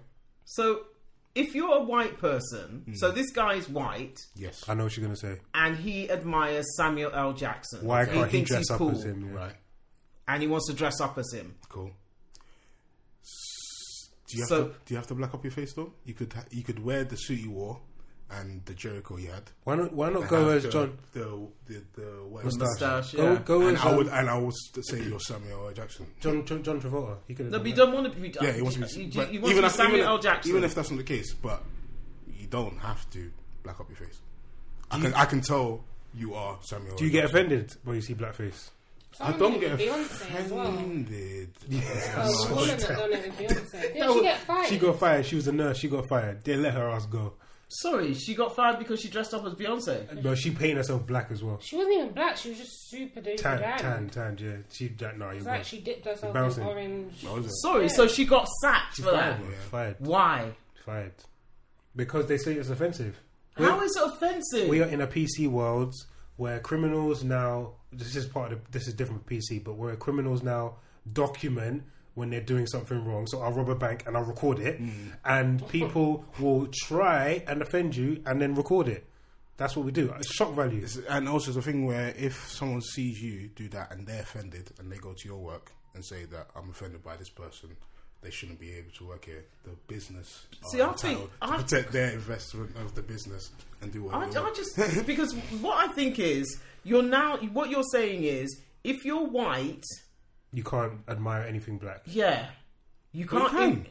[SPEAKER 4] so, if you're a white person, so
[SPEAKER 3] Hmm.
[SPEAKER 4] this guy is white
[SPEAKER 3] Yes.
[SPEAKER 5] I know what you're gonna say.
[SPEAKER 4] and he admires Samuel L. Jackson.
[SPEAKER 5] Why can't he
[SPEAKER 4] thinks
[SPEAKER 5] dress
[SPEAKER 4] he's
[SPEAKER 5] up
[SPEAKER 4] cool,
[SPEAKER 5] as him? yeah.
[SPEAKER 3] Right.
[SPEAKER 4] And he wants to dress up as him.
[SPEAKER 3] Cool. S- Do you have
[SPEAKER 4] So-
[SPEAKER 3] to? Do you have to black up your face though? You could. Ha- you could wear the suit you wore and the Jericho you had.
[SPEAKER 5] Why not why not
[SPEAKER 3] and
[SPEAKER 5] go
[SPEAKER 3] have
[SPEAKER 5] as
[SPEAKER 3] the-
[SPEAKER 5] John
[SPEAKER 3] The the the what-
[SPEAKER 4] Moustache,
[SPEAKER 5] Go
[SPEAKER 4] yeah.
[SPEAKER 5] go
[SPEAKER 3] And
[SPEAKER 5] as
[SPEAKER 3] I
[SPEAKER 5] um,
[SPEAKER 3] would. And I would st- say you're Samuel L. Jackson.
[SPEAKER 5] John, John John Travolta. He could
[SPEAKER 4] No,
[SPEAKER 5] have
[SPEAKER 4] but you
[SPEAKER 5] done
[SPEAKER 4] don't want to be.
[SPEAKER 3] Oh, Yeah, he wants to be.
[SPEAKER 4] You,
[SPEAKER 3] but
[SPEAKER 4] you want to be
[SPEAKER 3] if-
[SPEAKER 4] Samuel
[SPEAKER 3] if-
[SPEAKER 4] L. Jackson.
[SPEAKER 3] Even if that's not the case, but you don't have to black up your face. I can, I can tell you are Samuel. L.
[SPEAKER 5] that. Do you get
[SPEAKER 3] Jackson.
[SPEAKER 5] offended when you see blackface?
[SPEAKER 2] Someone
[SPEAKER 3] I don't
[SPEAKER 2] did it
[SPEAKER 3] get
[SPEAKER 2] with Beyonce as well.
[SPEAKER 3] offended.
[SPEAKER 2] Oh,
[SPEAKER 3] Much.
[SPEAKER 2] Woman had done it with Beyonce. Didn't she get fired?
[SPEAKER 5] She got fired. She was a nurse. She got fired. They let her ass go.
[SPEAKER 4] Sorry, she got fired because she dressed up as Beyonce.
[SPEAKER 5] But she painted herself black as well.
[SPEAKER 2] She wasn't even black. She was just super duper
[SPEAKER 5] Tan,
[SPEAKER 2] tan.
[SPEAKER 5] tan, tan. Yeah, she that no, you
[SPEAKER 2] It's like she dipped herself
[SPEAKER 5] Bouncing.
[SPEAKER 2] in orange.
[SPEAKER 3] That was it.
[SPEAKER 4] Sorry,
[SPEAKER 2] Yeah.
[SPEAKER 4] so she got sacked for that.
[SPEAKER 5] fired. bro. Fired.
[SPEAKER 4] Why?
[SPEAKER 5] Fired. Because they say it's offensive.
[SPEAKER 4] How is it offensive?
[SPEAKER 5] We are in a PC world where criminals now. This is part of the, this is different from PC, but where criminals now document when they're doing something wrong. So I'll rob a bank and I'll record it, and people will try and offend you and then record it. That's what we do. It's shock value.
[SPEAKER 3] It's- And also the thing where if someone sees you do that and they're offended and they go to your work and say that I'm offended by this person, they shouldn't be able to work here. The business are
[SPEAKER 4] See, I think-
[SPEAKER 3] entitled to
[SPEAKER 4] I-
[SPEAKER 3] protect their investment of the business and do what
[SPEAKER 4] I,
[SPEAKER 3] they want.
[SPEAKER 4] I just because what I think is you're now what you're saying is if you're white,
[SPEAKER 5] You can't admire anything black.
[SPEAKER 4] yeah, you can't.
[SPEAKER 3] can.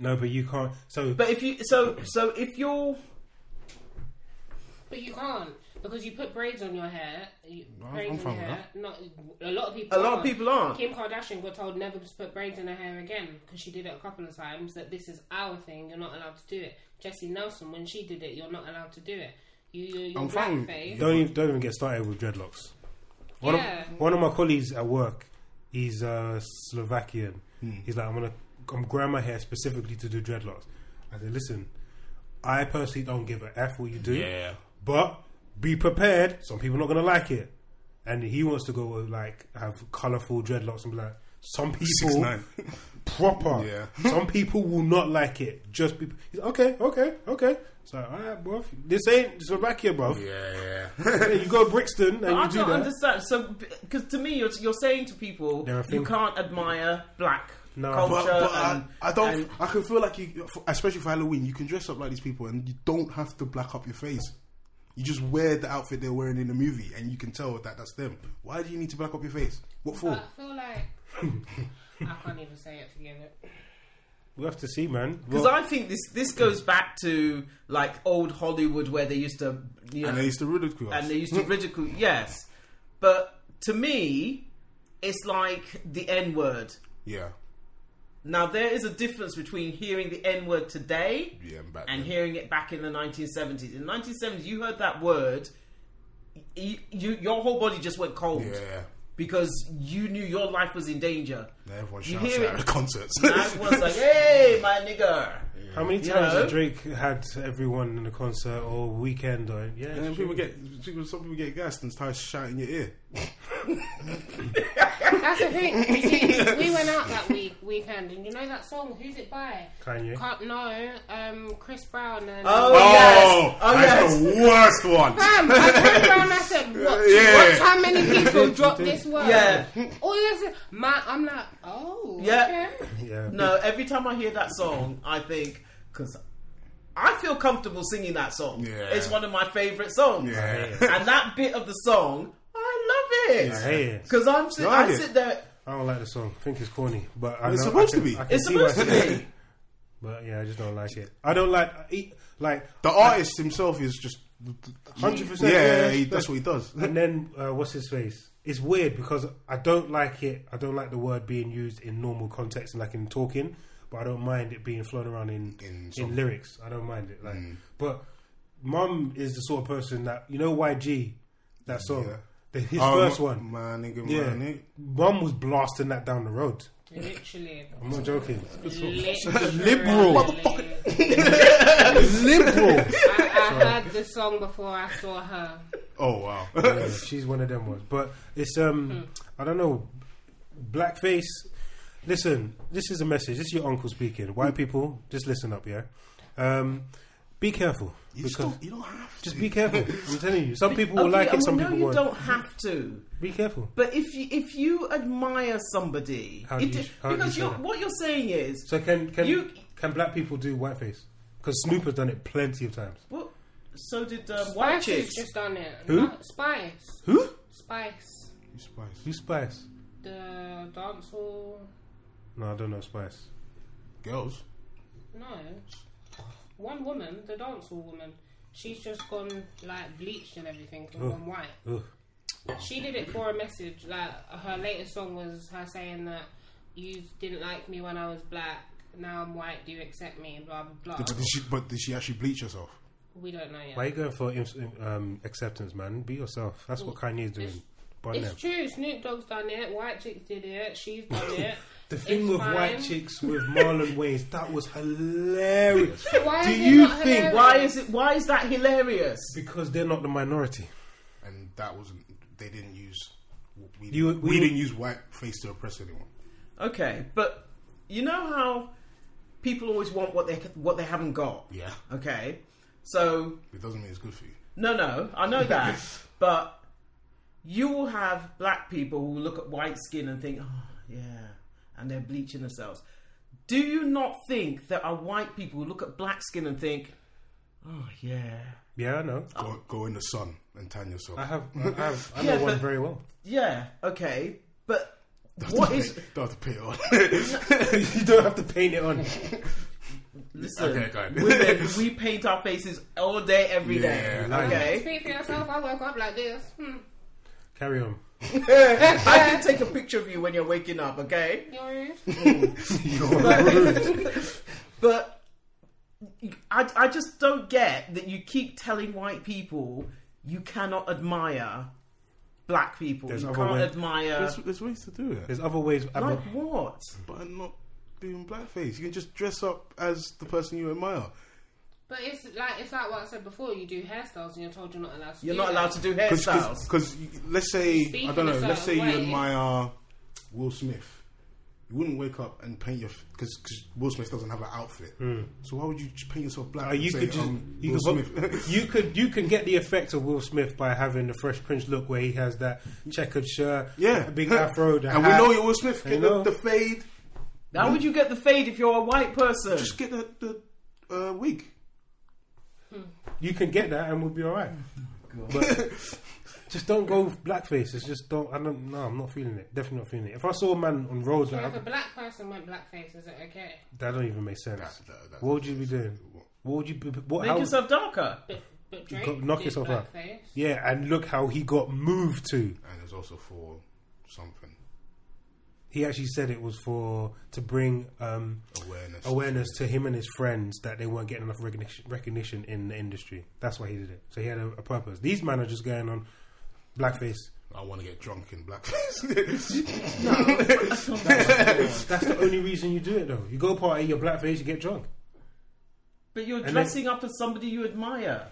[SPEAKER 5] No, but you can't. So
[SPEAKER 4] but if you so so if you're
[SPEAKER 2] But you can't because you put braids on your hair. You, braids
[SPEAKER 3] I'm
[SPEAKER 2] in
[SPEAKER 3] fine
[SPEAKER 2] your
[SPEAKER 3] with
[SPEAKER 2] hair. Not a lot of people.
[SPEAKER 4] a lot of
[SPEAKER 2] aren't.
[SPEAKER 4] people aren't.
[SPEAKER 2] Kim Kardashian got told never to put braids in her hair again because she did it a couple of times. That this is our thing. You're not allowed to do it. Jessie Nelson, when she did it, you're not allowed to do it. You, you, you're
[SPEAKER 3] I'm fine.
[SPEAKER 2] blackface.
[SPEAKER 5] don't even, don't even get started with dreadlocks. One,
[SPEAKER 2] Yeah.
[SPEAKER 5] of, one of my colleagues at work, he's uh, Slovakian.
[SPEAKER 3] Hmm.
[SPEAKER 5] He's like, I'm gonna, I'm growing my hair specifically to do dreadlocks. I said, listen, I personally don't give a f what you do,
[SPEAKER 3] Yeah.
[SPEAKER 5] but be prepared. Some people are not gonna like it, and he wants to go with, like have colorful dreadlocks and be like, some people
[SPEAKER 3] 6ix9ine.
[SPEAKER 5] proper.
[SPEAKER 3] Yeah.
[SPEAKER 5] Some people will not like it. Just be he's, okay, okay, okay. So all right, bruv. This ain't Slovakia, bruv.
[SPEAKER 3] Yeah,
[SPEAKER 5] Yeah, you go to Brixton and
[SPEAKER 4] I
[SPEAKER 5] you do
[SPEAKER 4] don't
[SPEAKER 5] that.
[SPEAKER 4] understand. So because to me, you're you're saying to people
[SPEAKER 5] There are
[SPEAKER 4] you
[SPEAKER 5] things-
[SPEAKER 4] can't admire black
[SPEAKER 5] No.
[SPEAKER 4] culture.
[SPEAKER 5] But-
[SPEAKER 3] but I,
[SPEAKER 4] and,
[SPEAKER 3] I don't.
[SPEAKER 4] and-
[SPEAKER 3] I can feel like you, especially for Halloween, you can dress up like these people, and you don't have to black up your face. You just wear the outfit they're wearing in the movie, and you can tell that that's them. Why do you need to black up your face? What for?
[SPEAKER 4] Uh,
[SPEAKER 2] But I feel like I can't even say it. Forget it.
[SPEAKER 5] We'll have to see, man.
[SPEAKER 4] Because
[SPEAKER 5] Well,
[SPEAKER 4] I think this this goes back to like old Hollywood where they used to you know
[SPEAKER 3] and they used to ridicule us.
[SPEAKER 4] and they used to ridicule. Yes, but to me, it's like the N word.
[SPEAKER 3] yeah,
[SPEAKER 4] Now there is a difference between hearing the N word today
[SPEAKER 3] yeah, I'm back.
[SPEAKER 4] and
[SPEAKER 3] then.
[SPEAKER 4] hearing it back in the 1970s. In the 1970s, you heard that word, you, you your whole body just went cold
[SPEAKER 3] Yeah.
[SPEAKER 4] because you knew your life was in danger.
[SPEAKER 3] Everyone
[SPEAKER 4] You
[SPEAKER 3] shouts
[SPEAKER 4] hear
[SPEAKER 3] that
[SPEAKER 4] it.
[SPEAKER 3] at concerts.
[SPEAKER 4] And I was like, "Hey, my nigger."
[SPEAKER 5] How many
[SPEAKER 4] You
[SPEAKER 5] times
[SPEAKER 4] know?
[SPEAKER 5] has Drake had everyone in a concert or weekend or yeah?
[SPEAKER 3] And then
[SPEAKER 5] it's
[SPEAKER 3] people
[SPEAKER 5] true.
[SPEAKER 3] get people, some people get gassed and start shouting in your ear.
[SPEAKER 2] That's the thing. You see, we went out that week weekend, and you know that song. Who's it by?
[SPEAKER 5] Kanye.
[SPEAKER 2] Can't know. Um, Chris Brown and.
[SPEAKER 3] Oh,
[SPEAKER 4] Oh, yes. Oh
[SPEAKER 3] that's
[SPEAKER 4] yes.
[SPEAKER 3] the worst one.
[SPEAKER 2] Fam, I turned around and I said, what,
[SPEAKER 3] Yeah.
[SPEAKER 2] watch how many people drop this word.
[SPEAKER 4] Yeah.
[SPEAKER 2] All you said, man, I'm like, oh,
[SPEAKER 4] Yeah.
[SPEAKER 2] okay.
[SPEAKER 5] Yeah.
[SPEAKER 4] No, every time I hear that song, I think because I feel comfortable singing that song.
[SPEAKER 3] Yeah.
[SPEAKER 4] It's one of my favorite songs.
[SPEAKER 3] Yeah.
[SPEAKER 4] Oh, And that bit of the song, I love
[SPEAKER 5] I
[SPEAKER 4] it
[SPEAKER 5] hate it.
[SPEAKER 4] because I'm sit-
[SPEAKER 3] Like
[SPEAKER 4] I
[SPEAKER 3] it.
[SPEAKER 4] sit there.
[SPEAKER 5] I don't like the song. I think it's corny, but I
[SPEAKER 3] It's
[SPEAKER 5] know- I
[SPEAKER 3] supposed
[SPEAKER 5] can-
[SPEAKER 3] to be.
[SPEAKER 5] I can
[SPEAKER 4] It's
[SPEAKER 5] see why
[SPEAKER 4] supposed to
[SPEAKER 5] it's-
[SPEAKER 4] be.
[SPEAKER 5] But yeah, I just don't like it. I don't like he, like
[SPEAKER 3] The artist himself is just
[SPEAKER 5] 100%,
[SPEAKER 3] Yeah,
[SPEAKER 5] yeah,
[SPEAKER 3] he, that's what he does.
[SPEAKER 5] and then uh, what's his face? It's weird because I don't like it. I don't like the word being used in normal context and like in talking, but I don't mind it being flown around in
[SPEAKER 3] In
[SPEAKER 5] in,
[SPEAKER 3] song. Mm.
[SPEAKER 5] lyrics. I don't mind it. Like, but Mum is the sort of person that you know YG that song,
[SPEAKER 3] Yeah.
[SPEAKER 5] the, his
[SPEAKER 3] Oh,
[SPEAKER 5] first
[SPEAKER 3] my-
[SPEAKER 5] one.
[SPEAKER 3] my nigga, my
[SPEAKER 5] Yeah,
[SPEAKER 3] nigga.
[SPEAKER 5] Mum was blasting that down the road.
[SPEAKER 2] Literally.
[SPEAKER 5] I'm not joking.
[SPEAKER 2] Literally.
[SPEAKER 5] Liberal.
[SPEAKER 2] Motherfucker.
[SPEAKER 5] Liberal.
[SPEAKER 2] I, I heard the song before I saw her.
[SPEAKER 3] Oh wow.
[SPEAKER 5] Yeah, she's one of them ones. But it's um,
[SPEAKER 4] Hmm.
[SPEAKER 5] I don't know, blackface. Listen, this is a message. This is your uncle speaking. White people, just listen up, yeah. Um, be careful.
[SPEAKER 3] you,
[SPEAKER 5] because-
[SPEAKER 3] just don't, you don't have to.
[SPEAKER 5] just be careful. I'm telling you. Some people will
[SPEAKER 4] Okay,
[SPEAKER 5] like
[SPEAKER 4] I
[SPEAKER 5] it. Some
[SPEAKER 4] know
[SPEAKER 5] people
[SPEAKER 4] you
[SPEAKER 5] won't.
[SPEAKER 4] don't have to.
[SPEAKER 5] Be careful.
[SPEAKER 4] But if you if you admire somebody,
[SPEAKER 5] How do
[SPEAKER 4] it-
[SPEAKER 5] you- how do
[SPEAKER 4] because
[SPEAKER 5] you say
[SPEAKER 4] you're,
[SPEAKER 5] that?
[SPEAKER 4] what you're saying is,
[SPEAKER 5] So can can
[SPEAKER 4] You-
[SPEAKER 5] can black people do whiteface? Because Snoop has done it plenty of times.
[SPEAKER 4] well, so did um, white
[SPEAKER 2] Spice has
[SPEAKER 4] chicks.
[SPEAKER 2] just done it.
[SPEAKER 5] Who?
[SPEAKER 2] No, Spice.
[SPEAKER 5] Who?
[SPEAKER 2] Spice.
[SPEAKER 3] You spice.
[SPEAKER 5] You Spice?
[SPEAKER 2] The dancehall.
[SPEAKER 5] No, I don't know Spice.
[SPEAKER 3] Girls.
[SPEAKER 2] No. One woman, the dancehall woman, she's just gone like bleached and everything and gone white.
[SPEAKER 5] Ugh.
[SPEAKER 2] She did it for a message. Like her latest song was her saying that you didn't like me when I was black. Now I'm white. Do you accept me? Blah blah
[SPEAKER 3] But
[SPEAKER 2] blah.
[SPEAKER 3] did she, but did she actually bleach herself?
[SPEAKER 2] We don't know yet.
[SPEAKER 5] Why are you going for ins- um, acceptance, man? Be yourself. That's what Kanye's doing. Burn them.
[SPEAKER 2] It's true. Snoop Dogg's done it. White chicks did it. She's done it.
[SPEAKER 5] The thing
[SPEAKER 2] It's
[SPEAKER 5] with white
[SPEAKER 2] fine.
[SPEAKER 5] chicks with Marlon Wayans, that was hilarious.
[SPEAKER 2] Why
[SPEAKER 5] Do
[SPEAKER 2] is it
[SPEAKER 5] you
[SPEAKER 2] not
[SPEAKER 5] think
[SPEAKER 2] hilarious?
[SPEAKER 4] Why is it? Why is that hilarious?
[SPEAKER 5] because they're not the minority?
[SPEAKER 3] And that wasn't. They didn't use. We,
[SPEAKER 5] You-
[SPEAKER 3] we,
[SPEAKER 5] we-
[SPEAKER 3] didn't use white face to oppress anyone.
[SPEAKER 4] Okay, but you know how people always want what they what they haven't got.
[SPEAKER 3] Yeah.
[SPEAKER 4] Okay, so
[SPEAKER 3] It doesn't mean it's good for you.
[SPEAKER 4] no, no, I know that, but you will have black people who look at white skin and think, oh yeah, and they're bleaching themselves. Do you not think there are white people who look at black skin and think, oh yeah,
[SPEAKER 5] Yeah, I know.
[SPEAKER 3] Go, go in the sun and tan yourself.
[SPEAKER 5] I have. I, have, I know
[SPEAKER 4] Yeah,
[SPEAKER 5] one
[SPEAKER 4] but-
[SPEAKER 5] very well.
[SPEAKER 4] yeah, okay, but
[SPEAKER 3] Don't have
[SPEAKER 4] what
[SPEAKER 3] to
[SPEAKER 4] is?
[SPEAKER 3] pay- Don't have to pay it on.
[SPEAKER 5] you don't have to paint it on.
[SPEAKER 4] Listen,
[SPEAKER 3] Okay, go ahead.
[SPEAKER 4] women, we paint our faces all day, every day.
[SPEAKER 3] Yeah.
[SPEAKER 4] Okay.
[SPEAKER 2] Speak for yourself. I woke up like this. Hmm.
[SPEAKER 5] Carry on.
[SPEAKER 4] I can take a picture of you when you're waking up, okay?
[SPEAKER 2] You're rude.
[SPEAKER 4] But I, I just don't get that you keep telling white people you cannot admire black people.
[SPEAKER 5] There's
[SPEAKER 4] you
[SPEAKER 5] other
[SPEAKER 4] can't
[SPEAKER 5] way-
[SPEAKER 4] admire.
[SPEAKER 3] there's, there's ways to do it,
[SPEAKER 5] There's other ways. I'm
[SPEAKER 4] like
[SPEAKER 5] not-
[SPEAKER 4] what?
[SPEAKER 3] but not doing blackface. You can just dress up as the person you admire.
[SPEAKER 2] But it's like it's like what I said before. You do hairstyles and you're told you're not allowed to.
[SPEAKER 4] You're
[SPEAKER 2] do
[SPEAKER 4] not
[SPEAKER 2] that.
[SPEAKER 4] allowed to do hairstyles.
[SPEAKER 3] Because let's say
[SPEAKER 2] Speak
[SPEAKER 3] I don't
[SPEAKER 2] in a
[SPEAKER 3] know. Let's say
[SPEAKER 2] certain
[SPEAKER 3] you
[SPEAKER 2] way.
[SPEAKER 3] admire Will Smith. You wouldn't wake up and paint your because Will Smith doesn't have an outfit. So why would you just paint yourself black?
[SPEAKER 5] Hmm. Uh,
[SPEAKER 3] and
[SPEAKER 5] you
[SPEAKER 3] say,
[SPEAKER 5] could just
[SPEAKER 3] um,
[SPEAKER 5] you,
[SPEAKER 3] Will
[SPEAKER 5] could,
[SPEAKER 3] Smith.
[SPEAKER 5] you could you can get the effect of Will Smith by having the Fresh Prince look where he has that checkered shirt,
[SPEAKER 3] yeah,
[SPEAKER 5] a big afro, the
[SPEAKER 3] and
[SPEAKER 5] hat.
[SPEAKER 3] we know Will Smith
[SPEAKER 5] You
[SPEAKER 3] get
[SPEAKER 5] know?
[SPEAKER 3] the, the fade.
[SPEAKER 4] How would you get the fade if you're a white person?
[SPEAKER 3] Just get the, the uh, wig.
[SPEAKER 5] you can get that and we'll be all right. But just don't go with blackface. It's just don't. I don't. No, I'm not feeling it. Definitely not feeling it. If I saw a man on roads,
[SPEAKER 2] So
[SPEAKER 5] like,
[SPEAKER 2] if a black person went blackface, is it okay?
[SPEAKER 5] that don't even make sense.
[SPEAKER 3] That- that- that-
[SPEAKER 5] what would you be doing? What would you be? What?
[SPEAKER 4] Make
[SPEAKER 5] How,
[SPEAKER 4] yourself darker.
[SPEAKER 2] But but Drake
[SPEAKER 5] Go- knock
[SPEAKER 2] did
[SPEAKER 5] yourself out.
[SPEAKER 2] blackface.
[SPEAKER 5] yeah, and look how he got moved to.
[SPEAKER 3] And it's also for something
[SPEAKER 5] He actually said it was for to bring um,
[SPEAKER 3] awareness.
[SPEAKER 5] awareness to him and his friends that they weren't getting enough recognition, recognition in the industry. That's why he did it. So he had a, a purpose. These men are just going on. blackface.
[SPEAKER 3] I want to get drunk in blackface.
[SPEAKER 5] That's the only reason you do it, though. You go party, your blackface, you get drunk.
[SPEAKER 4] But you're
[SPEAKER 5] then-
[SPEAKER 4] dressing up as somebody you admire.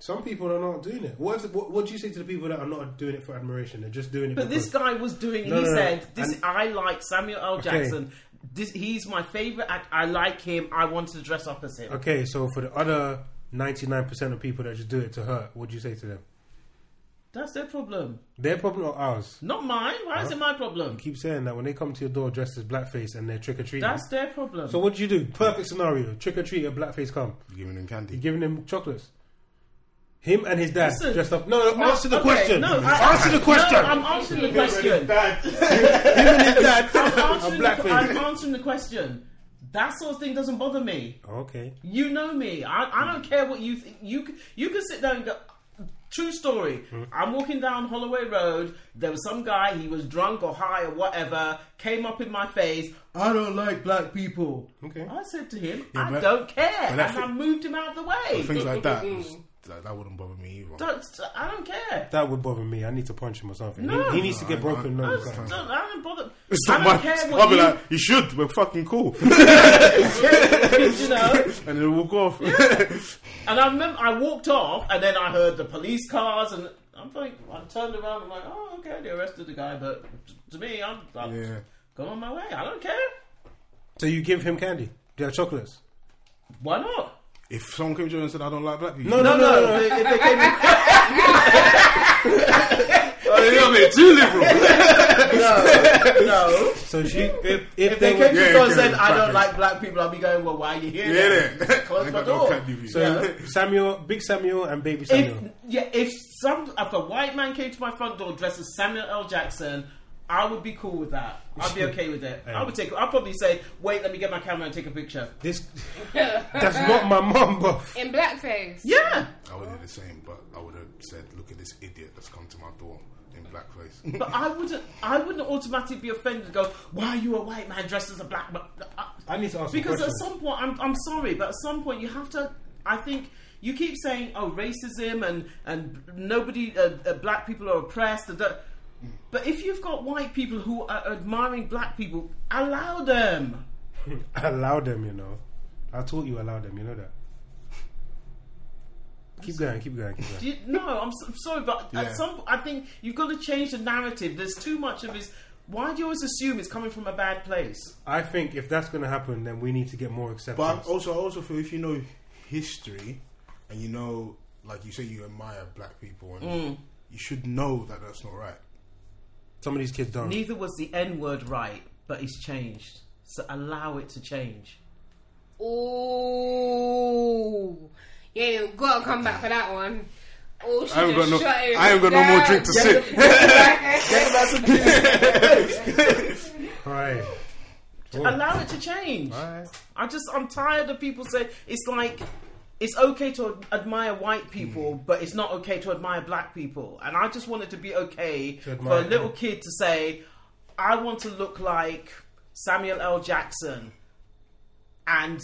[SPEAKER 5] Some people are not doing it. What, if, what, what do you say to the people that are not doing it for admiration? They're just doing it.
[SPEAKER 4] But this
[SPEAKER 5] because-
[SPEAKER 4] guy was doing.
[SPEAKER 5] No,
[SPEAKER 4] he
[SPEAKER 5] no, no.
[SPEAKER 4] said, "This
[SPEAKER 5] And-
[SPEAKER 4] I like Samuel L. Jackson. This he's my favorite act. I like him. I want to dress up as him."
[SPEAKER 5] Okay, so for the other ninety nine percent of people that just do it to hurt, what do you say to them?
[SPEAKER 4] That's their problem,
[SPEAKER 5] Their problem or ours?
[SPEAKER 4] not mine. Why is it my problem?
[SPEAKER 5] Keep saying that when they come to your door dressed as blackface and they're trick or treating.
[SPEAKER 4] That's their problem.
[SPEAKER 5] So what do you do? Perfect scenario: trick or treat, a blackface come.
[SPEAKER 3] you giving him
[SPEAKER 5] You're
[SPEAKER 3] candy.
[SPEAKER 5] giving him chocolates. Him and his dad
[SPEAKER 4] Listen.
[SPEAKER 5] dressed up. No, no,
[SPEAKER 4] No,
[SPEAKER 5] answer the
[SPEAKER 4] okay,
[SPEAKER 5] question.
[SPEAKER 4] No, I-
[SPEAKER 5] answer the
[SPEAKER 4] no,
[SPEAKER 5] question.
[SPEAKER 4] I'm answering the question. I'm answering,
[SPEAKER 5] blackface.
[SPEAKER 4] the, I'm answering the question. That sort of thing doesn't bother me.
[SPEAKER 5] okay.
[SPEAKER 4] You know me. I, I don't care what you think. You c- you can sit down and go. True story.
[SPEAKER 3] Hmm.
[SPEAKER 4] I'm walking down Holloway Road. There was some guy. He was drunk or high or whatever. Came up in my face. I don't like black people.
[SPEAKER 5] Okay.
[SPEAKER 4] I said to him, I
[SPEAKER 3] but-
[SPEAKER 4] don't care, and
[SPEAKER 3] that's
[SPEAKER 4] I
[SPEAKER 3] it.
[SPEAKER 4] moved him out of the
[SPEAKER 3] Things
[SPEAKER 4] way.
[SPEAKER 3] like that. that. That wouldn't bother me either.
[SPEAKER 4] Don't, I don't care.
[SPEAKER 5] That would bother me. I need to punch him or something.
[SPEAKER 4] No.
[SPEAKER 5] he, he needs to get
[SPEAKER 3] No,
[SPEAKER 5] broken
[SPEAKER 3] I-
[SPEAKER 5] nose.
[SPEAKER 3] I-
[SPEAKER 5] guys.
[SPEAKER 4] Don't, I don't bother.
[SPEAKER 3] It's
[SPEAKER 4] I
[SPEAKER 3] not
[SPEAKER 4] don't
[SPEAKER 3] my.
[SPEAKER 4] care
[SPEAKER 3] I'll
[SPEAKER 4] what
[SPEAKER 3] be
[SPEAKER 4] you,
[SPEAKER 3] like, you should. We're fucking cool,
[SPEAKER 4] you know.
[SPEAKER 3] and then walk off.
[SPEAKER 4] And I remember I walked off, and then I heard the police cars, and I'm like, I turned around, I'm like, oh, okay, they arrested the guy, but t- to me, I'm, I'm
[SPEAKER 3] Yeah.
[SPEAKER 4] going my way. I don't care.
[SPEAKER 5] So you give him candy? Yeah, chocolates.
[SPEAKER 4] Why not?
[SPEAKER 3] If someone came to you and said, "I don't like black people,"
[SPEAKER 5] No, no, no, no. no.
[SPEAKER 4] If they- if they came in-
[SPEAKER 3] Oh, yeah, mate, too liberal.
[SPEAKER 4] no, no.
[SPEAKER 5] So she, if, if,
[SPEAKER 4] If
[SPEAKER 5] they,
[SPEAKER 4] they came
[SPEAKER 5] were,
[SPEAKER 4] to
[SPEAKER 3] Yeah,
[SPEAKER 4] the door and
[SPEAKER 3] yeah,
[SPEAKER 4] said, I don't
[SPEAKER 3] blackface.
[SPEAKER 4] like black people, I'll be going, well, why are you here?
[SPEAKER 3] Yeah,
[SPEAKER 4] then?
[SPEAKER 3] yeah.
[SPEAKER 4] Close
[SPEAKER 3] Ain't
[SPEAKER 4] my
[SPEAKER 3] got no
[SPEAKER 4] door.
[SPEAKER 3] candy for you.
[SPEAKER 5] so Samuel, big Samuel, and baby Samuel.
[SPEAKER 4] If, yeah, if some if a white man came to my front door dressed as Samuel L. Jackson, I would be cool with that. I'd be okay with it. I would take. I'd probably say, "Wait, let me get my camera and take a picture."
[SPEAKER 5] this, that's not my mum, buff.
[SPEAKER 2] In blackface.
[SPEAKER 4] Yeah,
[SPEAKER 3] I would have the same, but I would have said, "Look at this idiot that's come to my door in blackface."
[SPEAKER 4] But I wouldn't, I wouldn't automatically be offended and go, "Why are you a white man dressed as a black man?" uh,
[SPEAKER 5] I need to ask you a
[SPEAKER 4] Because at
[SPEAKER 5] question.
[SPEAKER 4] some point, I'm, I'm sorry, but at some point you have to. I think you keep saying, "Oh, racism and and nobody, uh, uh, black people are oppressed." And that- but if you've got white people who are admiring black people, allow them.
[SPEAKER 5] Allow them, you know. I taught you allow them, you know that. Keep going, keep going, keep
[SPEAKER 4] Do
[SPEAKER 5] going.
[SPEAKER 4] You, no, I'm, so, I'm sorry, but
[SPEAKER 3] Yeah.
[SPEAKER 4] at some, I think you've got to change the narrative. There's too much of this. Why do you always assume it's coming from a bad place?
[SPEAKER 5] I think if that's going to happen, then we need to get more acceptance.
[SPEAKER 3] but also, I also feel if you know history and you know, like you say, you admire black people, and you should know that that's not right.
[SPEAKER 5] some of these kids don't.
[SPEAKER 4] Neither was the N word right, but it's changed. So allow it to change.
[SPEAKER 2] Ooh. Yeah, you gotta come back for that one. Oh, she
[SPEAKER 3] I ain't
[SPEAKER 2] just
[SPEAKER 3] got no-
[SPEAKER 2] shut him
[SPEAKER 3] I ain't got no more
[SPEAKER 2] down.
[SPEAKER 3] drink to sip.
[SPEAKER 5] All right.
[SPEAKER 4] Allow it to change.
[SPEAKER 5] All right.
[SPEAKER 4] I just I'm tired of people saying it's like it's okay to admire white people,
[SPEAKER 5] Mm.
[SPEAKER 4] but it's not okay to admire black people. And I just want it to be okay for
[SPEAKER 5] admire
[SPEAKER 4] a little
[SPEAKER 5] them.
[SPEAKER 4] kid to say, I want to look like Samuel L. Jackson. And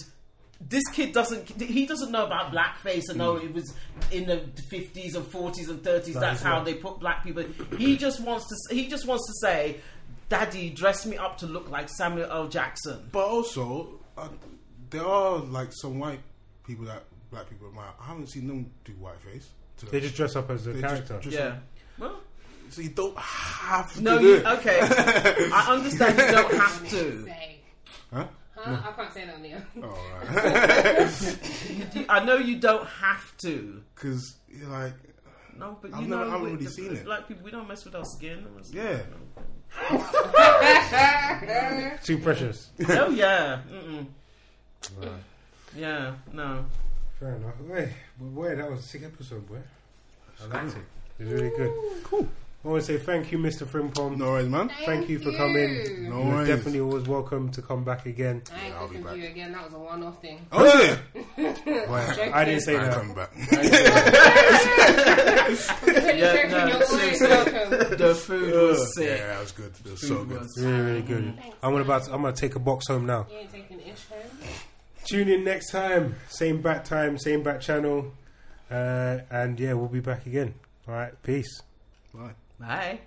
[SPEAKER 4] this kid doesn't he doesn't know about blackface and oh it was in the 50s and 40s and 30s that's
[SPEAKER 5] Mm. is
[SPEAKER 4] how
[SPEAKER 5] right.
[SPEAKER 4] they put black people he just wants to he just wants to say daddy dress me up to look like Samuel L Jackson
[SPEAKER 3] But also, uh, there are like some white people that black people admire. I haven't seen them do whiteface. to-
[SPEAKER 5] They just dress up as a
[SPEAKER 3] They just-
[SPEAKER 5] character.
[SPEAKER 3] just-
[SPEAKER 4] yeah well
[SPEAKER 3] So you don't have to
[SPEAKER 4] No,
[SPEAKER 3] do
[SPEAKER 4] you,
[SPEAKER 3] it.
[SPEAKER 4] okay. I understand you don't have to.
[SPEAKER 2] Say.
[SPEAKER 3] Huh?
[SPEAKER 2] Huh? I can't say that on the air.
[SPEAKER 3] Oh, Alright.
[SPEAKER 4] You- I know you don't have to.
[SPEAKER 3] Because you're like,
[SPEAKER 4] No, but you
[SPEAKER 3] I've
[SPEAKER 4] know,
[SPEAKER 3] never- I haven't
[SPEAKER 4] we-
[SPEAKER 3] really
[SPEAKER 4] the-
[SPEAKER 3] seen it.
[SPEAKER 4] Black people, we don't mess with our skin.
[SPEAKER 3] yeah.
[SPEAKER 5] Too precious.
[SPEAKER 4] Oh yeah. Mm-mm. Yeah. No.
[SPEAKER 5] Fair enough. Wait, but wait, that was a sick episode, boy. I liked it. It's really good. Cool. I want to say thank you, Mr. Frimpong.
[SPEAKER 3] No worries, man.
[SPEAKER 5] Thank you for coming.
[SPEAKER 3] No
[SPEAKER 5] You're
[SPEAKER 3] worries.
[SPEAKER 5] definitely always welcome to come back again.
[SPEAKER 2] I ain't
[SPEAKER 3] I'll be
[SPEAKER 2] cooking for you
[SPEAKER 3] back.
[SPEAKER 2] again. That was a one-off thing.
[SPEAKER 3] Oh, yeah. Boy,
[SPEAKER 5] I didn't say
[SPEAKER 3] I'm
[SPEAKER 5] that.
[SPEAKER 3] coming back.
[SPEAKER 2] Penetration,
[SPEAKER 4] no,
[SPEAKER 2] you're always
[SPEAKER 4] seriously.
[SPEAKER 2] welcome.
[SPEAKER 4] The food was sick.
[SPEAKER 3] yeah, that was good. That was so
[SPEAKER 4] Food
[SPEAKER 3] good.
[SPEAKER 4] was-
[SPEAKER 5] Really, really good. I'm about. To, I'm gonna take a box home now.
[SPEAKER 2] You ain't taking ish home.
[SPEAKER 5] Tune in next time. Same bat time. Same bat channel. Uh, and yeah, we'll be back again. All right. Peace.
[SPEAKER 3] Bye.
[SPEAKER 4] Bye.